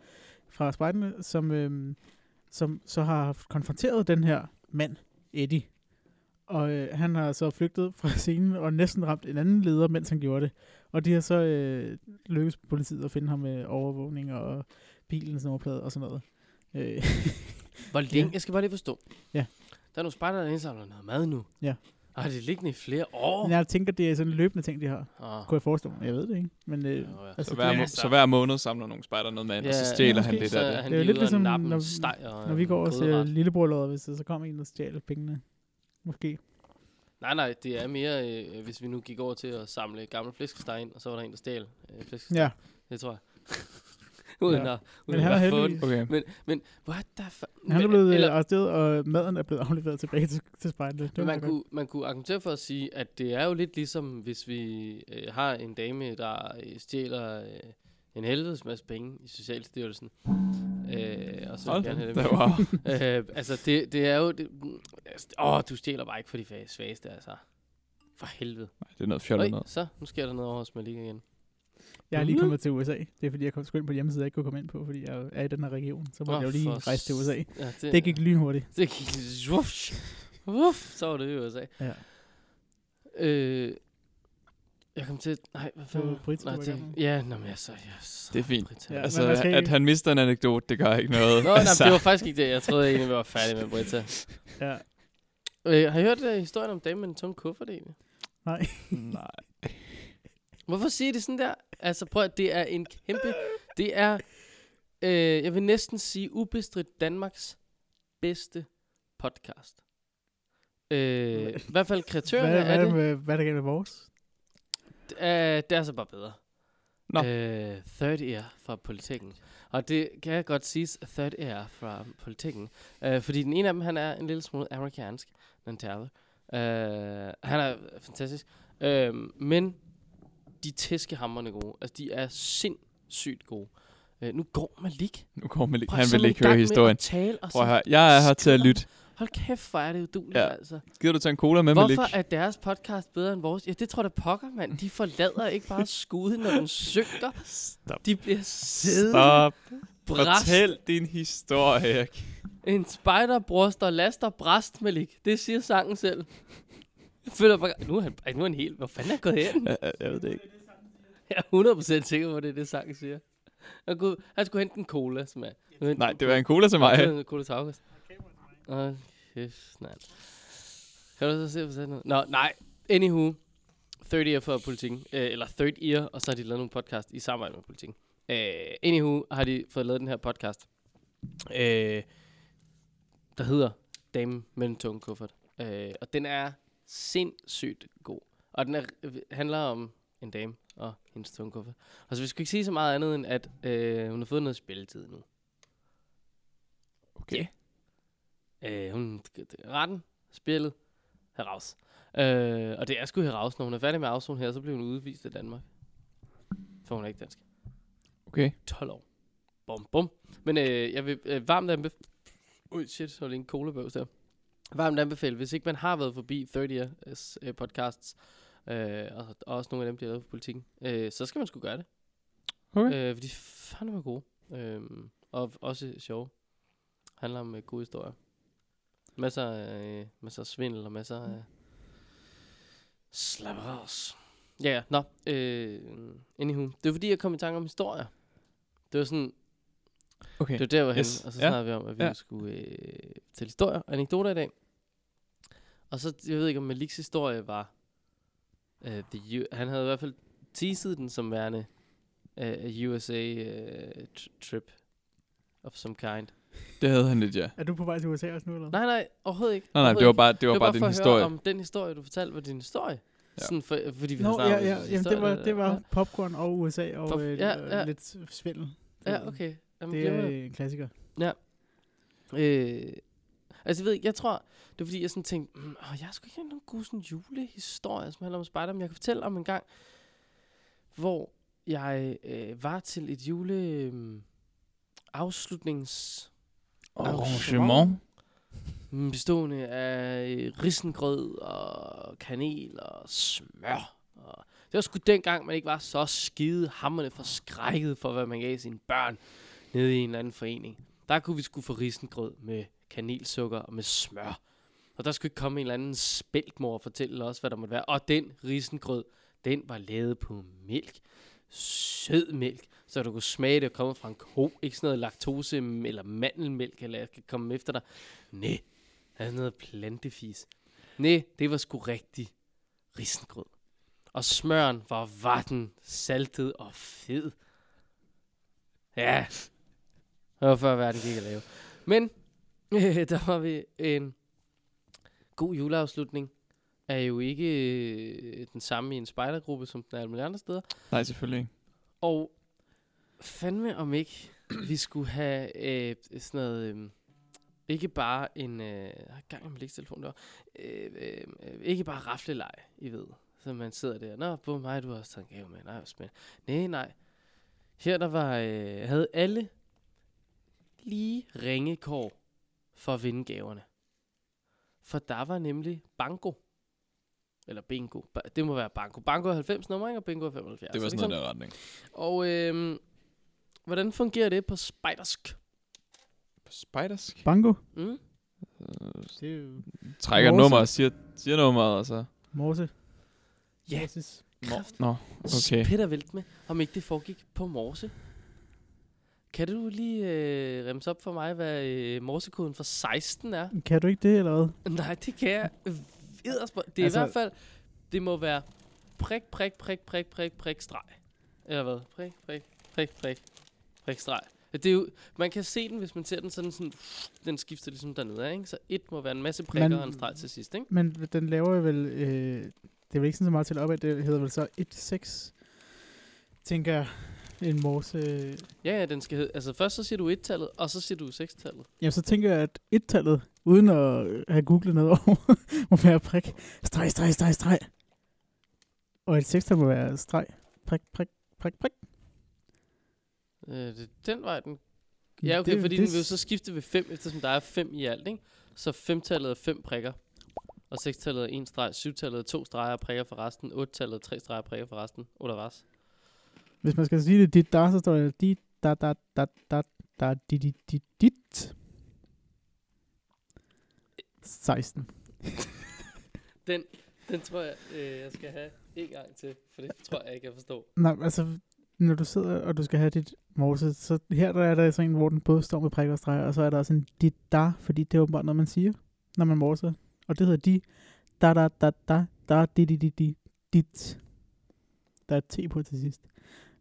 Speaker 3: fra spejderne, som, øh, som så har haft konfronteret den her mand, Eddie. Og øh, han har så flygtet fra scenen og næsten ramt en anden leder, mens han gjorde det. Og de har så øh, lykkes politiet at finde ham med overvågning og bilens nummerplade og sådan noget. Øh,
Speaker 1: Hvor længe? Jeg skal bare lige forstå.
Speaker 3: Ja.
Speaker 1: Der er nogle spejder, der indsamler noget mad nu.
Speaker 3: Ja.
Speaker 1: Og har det liggende i flere år?
Speaker 3: Men jeg tænker, det er sådan en løbende ting, de har.
Speaker 1: Ah.
Speaker 3: Kunne jeg forestille mig. Jeg ved det ikke. Men øh,
Speaker 1: Nå ja.
Speaker 3: altså,
Speaker 2: Så
Speaker 3: det,
Speaker 2: hver,
Speaker 3: er,
Speaker 2: må-
Speaker 1: altså-
Speaker 2: så hver måned samler nogle spejder noget med, og så
Speaker 1: Ja,
Speaker 2: stjæler
Speaker 3: ja,
Speaker 2: han
Speaker 3: måske.
Speaker 2: lidt
Speaker 1: så
Speaker 2: af det.
Speaker 1: Han
Speaker 3: Det er jo
Speaker 1: lider
Speaker 3: lidt
Speaker 1: af
Speaker 3: ligesom,
Speaker 1: nappen,
Speaker 3: når-
Speaker 1: steg og
Speaker 3: når vi
Speaker 1: en
Speaker 3: går og ser
Speaker 1: grødret.
Speaker 3: lillebror hvis der så kommer en og stjæler pengene. Måske.
Speaker 1: Nej, nej, det er mere, øh, hvis vi nu gik over til at samle gamle flæskesteg ind, og så var der en, der stjal øh, flæskesteg.
Speaker 3: Ja,
Speaker 1: Det tror jeg. uden
Speaker 3: Ja.
Speaker 1: at,
Speaker 3: men
Speaker 1: uden
Speaker 3: han er
Speaker 1: at få
Speaker 3: heldigvis.
Speaker 1: den.
Speaker 2: Okay.
Speaker 1: Men, men, what the fuck?
Speaker 3: Han er blevet Eller... arresteret, og maden er blevet afleveret tilbage til, til spejlet. Det var
Speaker 1: Men man,
Speaker 3: godt.
Speaker 1: kunne, man kunne argumentere for at sige, at det er jo lidt ligesom, hvis vi øh, har en dame, der øh, stjæler øh, en helvedes masse penge i Socialstyrelsen. Øh, og så vil
Speaker 2: Hold
Speaker 1: vi gerne have
Speaker 2: da,
Speaker 1: dem.
Speaker 2: wow.
Speaker 1: Øh, altså, det, det er jo... Det, mm, altså, åh, du stjæler bare ikke for de fa- svageste, altså. For helvede.
Speaker 2: Nej, Det er noget fjollet
Speaker 1: Øj,
Speaker 2: noget.
Speaker 1: så, nu sker der noget over hos Malik igen.
Speaker 3: Jeg er lige
Speaker 1: Mm.
Speaker 2: Mhm.
Speaker 3: kommet til USA. Det er fordi, jeg kom sgu ind på hjemmesiden, jeg ikke kunne komme ind på, fordi jeg er i den her region. Så måtte
Speaker 1: Åh,
Speaker 3: jeg jo lige
Speaker 1: for
Speaker 3: rejse til USA.
Speaker 1: s- Ja,
Speaker 3: Det gik lynhurtigt.
Speaker 1: Det gik... Wuff, wuff, så var det i USA.
Speaker 3: Ja.
Speaker 1: Øh, jeg kom til... Nej, hvad fanden?
Speaker 3: var Brits, du
Speaker 1: nej,
Speaker 3: var i
Speaker 1: det,
Speaker 3: gang med.
Speaker 1: Ja, nå, men jeg er så, jeg er så
Speaker 2: Det er fint.
Speaker 1: Brits.
Speaker 3: Ja,
Speaker 1: Ja.
Speaker 2: Altså,
Speaker 3: men man skal
Speaker 2: at
Speaker 3: ikke-
Speaker 2: han mister en anekdote, det gør ikke noget.
Speaker 1: Nå, nej,
Speaker 2: altså,
Speaker 1: det var faktisk ikke det. Jeg troede egentlig, vi var færdige med Britta.
Speaker 3: Ja.
Speaker 1: Øh, har I hørt uh, historien om damen med den tomme kuffert egentlig?
Speaker 2: nej.
Speaker 1: Hvorfor siger de sådan der? Altså prøv at det er en kæmpe... Det er, øh, jeg vil næsten sige, ubestridt Danmarks bedste podcast. Øh, I hvert fald kreatørerne
Speaker 3: Hvad, hvad,
Speaker 1: af
Speaker 3: er
Speaker 1: det.
Speaker 3: det med, hvad er der galt med vores?
Speaker 1: Øh, det er så bare bedre.
Speaker 2: Nå.
Speaker 1: Øh, third Ear fra Politikken. Og det kan jeg godt sige, Third Ear fra Politikken. Øh, fordi den ene af dem, han er en lille smule amerikansk. Den tærvede. Øh, han er fantastisk. Øh, men de tæskehammerne gode. Altså, de er sindssygt gode. Øh, nu går Malik.
Speaker 2: Nu kommer lige.
Speaker 1: Prøv,
Speaker 2: Han
Speaker 1: så er
Speaker 2: vil
Speaker 1: man i
Speaker 2: ikke
Speaker 1: gang
Speaker 2: høre
Speaker 1: med
Speaker 2: historien.
Speaker 1: At tale, og
Speaker 2: Prøv at
Speaker 1: så,
Speaker 2: høre, jeg er her til at lytte.
Speaker 1: hold kæft, hvor er det uduligt, ja.
Speaker 2: Ja.
Speaker 1: altså.
Speaker 2: Gider du tage en cola med, Malik?
Speaker 1: Hvorfor er deres podcast bedre end vores? Ja, det tror jeg da pokker, mand. De forlader ikke bare skuden, når den synker.
Speaker 2: Stop.
Speaker 1: De bliver siddet
Speaker 2: Stop.
Speaker 1: bræst.
Speaker 2: Fortæl din historie.
Speaker 1: En spider, broster, laster, bræst, Malik. Det siger sangen selv. Jeg føler bare, nu er han, ej, nu er han helt, hvor fanden er han gået hen?
Speaker 2: Jeg, jeg ved det ikke.
Speaker 1: Jeg er 100% sikker på, at det er det, sangen siger. Han, kunne, han skulle hente en cola, som er.
Speaker 2: Nej, det var en cola til mig.
Speaker 1: en cola til August. Åh, kæft, nej. Kan du så se, hvad sådan noget? Nå, nej. Anywho. Third Ear for politikken. Øh, eller Third Ear, og så har de lavet nogle podcast i samarbejde med politikken. Øh, anywho har de fået lavet den her podcast, øh, der hedder Dame med en tung kuffert. Øh, og den er sindssygt god. Og den er, handler om en dame og hendes tunge kuffert. Og så vi skal ikke sige så meget andet, end at øh, hun har fået noget spilletid nu.
Speaker 2: Okay.
Speaker 1: Øh, hun, retten, spillet, heraus. Øh, og det er sgu heraus. Når hun er færdig med afsonen her, så bliver hun udvist af Danmark. For hun er ikke dansk.
Speaker 2: Okay.
Speaker 1: 12 år. Bum, bum. Men øh, jeg vil øh, varmt anbefale... Ui, shit, så er det en colabøvs der. Varmt anbefale, hvis ikke man har været forbi 30 Years øh, podcasts, øh, og, og også nogle af dem, der er lavet for politikken, øh, så skal man sgu gøre det.
Speaker 2: Okay.
Speaker 1: Øh, for de er fandme gode. Øh, og også sjove. Handler om øh, gode historier. Masser af, øh, masser af svindel og masser af slapperas. Ja, ja. Nå, øh, anywho. Det var fordi, jeg kom i tanke om historier. Det var sådan,
Speaker 2: Okay.
Speaker 1: det var der, hvor yes.
Speaker 2: Yes.
Speaker 1: og så
Speaker 2: Ja.
Speaker 1: snakkede vi om, at vi
Speaker 2: Ja.
Speaker 1: ja. skulle øh, til historier og anekdoter i dag. Og så, jeg ved ikke, om Maliks historie var... Øh, the U- han havde i hvert fald teaset den som værende øh, USA øh, tr- trip of some kind.
Speaker 2: Det havde han lidt, ja.
Speaker 3: Er du på vej til USA også nu, eller?
Speaker 1: Nej, nej, overhovedet ikke.
Speaker 2: Nej, nej, det var bare, det var bare
Speaker 1: for
Speaker 2: den
Speaker 1: at
Speaker 2: historie.
Speaker 1: Høre, om den historie, du fortalte, var din historie.
Speaker 2: Ja.
Speaker 1: Ja. Sådan for, fordi vi
Speaker 3: Nå,
Speaker 1: har
Speaker 3: ja,
Speaker 1: snakket
Speaker 3: ja. Jamen, det var, det var popcorn og USA og
Speaker 1: Pop-
Speaker 3: øh,
Speaker 1: ja,
Speaker 3: og
Speaker 1: ja.
Speaker 3: lidt svindel.
Speaker 1: Ja, okay. Jamen,
Speaker 3: Det
Speaker 1: glemmer
Speaker 3: er
Speaker 1: jeg.
Speaker 3: øh, en klassiker.
Speaker 1: Øh, altså, jeg ved ikke, jeg tror, det er fordi, jeg sådan tænkte, mm, åh, jeg har sgu ikke nogen god sådan julehistorie, som handler om spider men jeg kan fortælle om en gang, hvor jeg øh, var til et jule øh, afslutnings
Speaker 2: Arrangement.
Speaker 1: mm, bestående af øh, risengrød og kanel og smør. Og det var sgu dengang, man ikke var så skide hammerne forskrækket for, hvad man gav sine børn nede i en eller anden forening. Der kunne vi sgu få risengrød med kanelsukker og med smør. Og der skulle ikke komme en eller anden spæltmor og fortælle os, hvad der måtte være. Og den risengrød, den var lavet på mælk. Sød mælk, så du kunne smage det og komme fra en ko. Ikke sådan noget laktose eller mandelmælk, eller jeg kan komme efter dig. Nej, han noget plantefis. Nej, det var sgu rigtig risengrød. Og smøren var vatten, saltet og fed. Ja, det var før verden gik at lave. Men der var vi en god juleafslutning. Er jo ikke øh, den samme i en spejdergruppe, som den er alle mulige andre steder.
Speaker 2: Nej, selvfølgelig ikke.
Speaker 1: Og fandme om ikke, vi skulle have øh, sådan noget... Øh, ikke bare en... Øh, jeg har gang i min lægtelefon der. Øh, øh, øh, ikke bare raflelej, I ved. Så man sidder der. Nå, på mig, du har også taget en gave med. Nej, hvor spændende. Nej, nej. Her der var, øh, havde alle lige ringekår for at vinde gaverne. For der var nemlig banko. Eller bingo. Ba- Det må være banko. Banko er 90 nummer, ikke? Og bingo er 75.
Speaker 2: Det var
Speaker 1: Så
Speaker 2: sådan noget i den retning.
Speaker 1: og øhm, hvordan fungerer det på spidersk?
Speaker 2: På Spidersk.
Speaker 3: Bango.
Speaker 1: Mm?
Speaker 3: Det er jo
Speaker 2: Trækker
Speaker 3: Morse.
Speaker 2: nummer og siger, siger nummeret, altså. og så...
Speaker 3: morse.
Speaker 1: Ja.
Speaker 3: Morses.
Speaker 1: Kraft.
Speaker 2: Nå, okay.
Speaker 1: Peter vælt med, om ikke det foregik på morse. Kan du lige øh, remse op for mig, hvad øh, morsekoden for 16 er?
Speaker 3: Kan du ikke det, eller hvad?
Speaker 1: Nej, det kan jeg. Edderspå. Det er altså,
Speaker 3: Altså-
Speaker 1: i hvert fald, det må være prik, prik, prik, prik, prik, prik, streg. Eller hvad? Prik, prik, prik, prik, prik, streg. Det er jo, man kan se den, hvis man ser den sådan, sådan den skifter ligesom dernede, af, ikke? Så et må være en masse prikker
Speaker 3: Man-
Speaker 1: og en streg til sidst, ikke?
Speaker 3: Men den laver jo vel... Øh, det er vel ikke sådan så meget til op af. Det hedder vel så 1-6, tænker jeg. En morse...
Speaker 1: Ja, ja, den skal hedde. Altså først så siger du et-tallet, og så siger du seks-tallet.
Speaker 3: Jamen, så tænker jeg, at 1-tallet, uden at have googlet noget over, må være prik. Streg, streg, streg, streg. Og et 6 må være streg. Prik, prik, prik, prik.
Speaker 1: Øh, det er den vej, den... Ja, okay,
Speaker 3: Det-
Speaker 1: det, fordi
Speaker 3: det-
Speaker 1: det... den vil jo så skifte ved 5, eftersom der er 5 i alt, ikke? Så 5-tallet er 5 prikker. Og 6-tallet er 1 streg, 7-tallet er 2 streger og prikker for resten, 8-tallet er 3 streger og prikker for resten, eller vas.
Speaker 3: Hvis man skal sige det dit der, så står det dit da da da da da dit dit dit. 16.
Speaker 1: Den, den tror jeg, øh, jeg skal have en gang til, for det tror jeg ikke, jeg forstår.
Speaker 3: Nej, men altså, når du sidder, og du skal have dit morse, så her der er der sådan en, hvor den både står med prikker og streger, og så er der også en dit da, fordi det er åbenbart noget, man siger, når man morser. Og det hedder de, da da da da, da di di di di, dit. Der er et t på til sidst.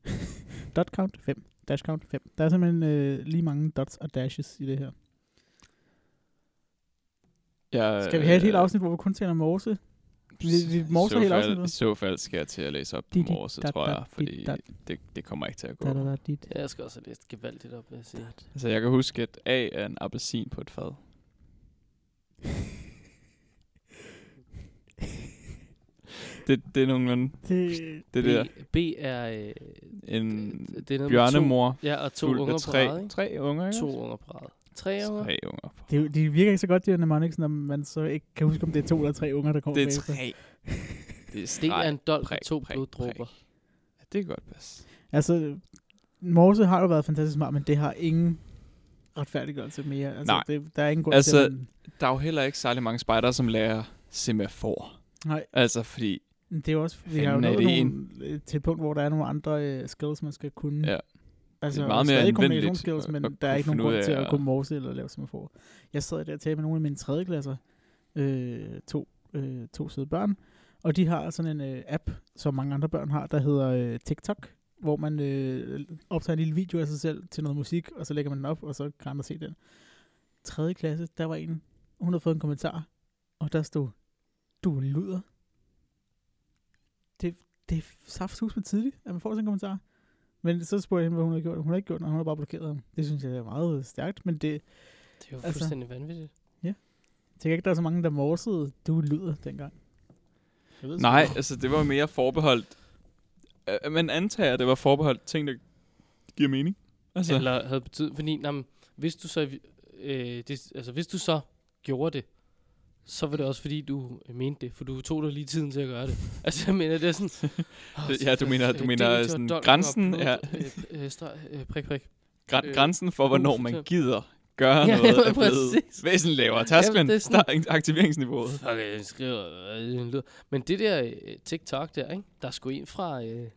Speaker 3: Dot count 5, dash count 5. Der er simpelthen øh, lige mange dots og dashes i det her.
Speaker 2: Jeg,
Speaker 3: Skal vi have et
Speaker 2: øh,
Speaker 3: helt afsnit, hvor vi kun taler morse? vi- vi
Speaker 2: i
Speaker 3: morser
Speaker 2: så
Speaker 3: hele
Speaker 2: fald-
Speaker 3: afsnittet.
Speaker 2: I så fald skal jeg til at læse op på
Speaker 3: Dit, dit,
Speaker 2: morse,
Speaker 3: dat,
Speaker 2: tror
Speaker 3: dat,
Speaker 2: jeg,
Speaker 3: dit,
Speaker 2: fordi
Speaker 3: dat.
Speaker 2: det, det kommer ikke til at gå.
Speaker 3: Da da da dit.
Speaker 1: Ja, jeg skal også have læst gevaldigt op, vil jeg sige.
Speaker 2: Altså, jeg kan huske, at A er en appelsin på et fad. det, det er nogenlunde
Speaker 3: Det,
Speaker 2: det der.
Speaker 1: B, B er... Øh,
Speaker 2: En
Speaker 1: det, det er noget med
Speaker 2: bjørnemor.
Speaker 1: To, ja, og to
Speaker 2: fuld af
Speaker 1: unger på
Speaker 2: tre,
Speaker 1: rad, ikke?
Speaker 2: tre unger, ikke?
Speaker 1: To unger på rad. Tre unger?
Speaker 2: Tre unger. på-
Speaker 3: Det, de virker ikke så godt, de her mnemonics, når man så ikke kan huske, om det er to eller tre unger, der kommer
Speaker 2: Det er
Speaker 3: bagefter.
Speaker 2: tre. Det er,
Speaker 1: Det er en dolk
Speaker 2: prik,
Speaker 1: med to
Speaker 2: prik,
Speaker 1: bloddråber.
Speaker 2: Ja, det kan godt passe.
Speaker 3: Altså, Morse har jo været fantastisk smart, men det har ingen retfærdiggørelse mere. Altså,
Speaker 2: Nej.
Speaker 3: Det, der er ingen grund
Speaker 2: Altså-
Speaker 3: til, at man,
Speaker 2: Der er jo heller ikke særlig mange spejdere, som lærer semafor.
Speaker 3: Nej.
Speaker 2: Altså, fordi
Speaker 3: det er jo også, vi har jo
Speaker 2: Fanden er
Speaker 3: nået
Speaker 2: det
Speaker 3: nogle, øh, til et punkt, hvor der er nogle andre øh, skills, man skal kunne.
Speaker 2: Ja.
Speaker 3: Altså,
Speaker 2: Det er meget
Speaker 3: stadig
Speaker 2: mere
Speaker 3: kommunikationsskills,
Speaker 2: anvendeligt at-
Speaker 3: men
Speaker 2: at
Speaker 3: der er
Speaker 2: kunne
Speaker 3: ikke nogen
Speaker 2: finde ud
Speaker 3: grund
Speaker 2: af
Speaker 3: til at
Speaker 2: at-
Speaker 3: kunne morse eller lave semafor. Jeg sad der og talte med nogle af mine tredjeklasser, øh, to, øh, to søde børn, og de har sådan en øh, app, som mange andre børn har, der hedder øh, TikTok, hvor man øh, optager en lille video af sig selv til noget musik, og så lægger man den op, og så kan andre se den. 3. klasse, der var en, hun havde fået en kommentar, og der stod, du er en luder. Det, det er saftsus med tidligt, at man får sådan en kommentar. Men så spurgte jeg hende, hvad hun havde gjort. Hun har ikke gjort noget, hun har bare blokeret ham. Det synes jeg er meget stærkt, men det
Speaker 1: Det er jo
Speaker 3: Altså-
Speaker 1: fuldstændig vanvittigt.
Speaker 3: tænker ikke, der er så mange, der morsede, du er en luder dengang. Jeg ved sgu
Speaker 2: Nej,
Speaker 3: ikke.
Speaker 2: altså det var mere forbeholdt. Øh, Man antager, at det var forbeholdt ting, der giver mening. Altså, Eller,
Speaker 1: Eller havde betydet... Fordi, jamen, hvis du så... Øh, det, altså, hvis du så gjorde det, så var det også fordi, du øh, mente det. For du tog dig lige tiden til at gøre det. Altså, jeg mener, det er sådan... åh,
Speaker 2: Ja, du mener- du
Speaker 1: øh,
Speaker 2: mener
Speaker 1: delt og
Speaker 2: sådan
Speaker 1: dolk og
Speaker 2: grænsen,
Speaker 1: blod,
Speaker 2: ja.
Speaker 1: øh, øh, streg, øh, prik, prik.
Speaker 2: græ-
Speaker 1: øh,
Speaker 2: grænsen for, hvornår
Speaker 1: huset til-
Speaker 2: man gider gøre
Speaker 1: Ja,
Speaker 2: noget, er blevet
Speaker 1: præcis.
Speaker 2: væsentligt lavere. Tasklen,
Speaker 1: det er sådan-
Speaker 2: der er aktiveringsniveauet.
Speaker 1: Fuck, jeg skriver... øh, en lyd. Men det der øh, TikTok der, ikke? Der er sgu en fra... Øh,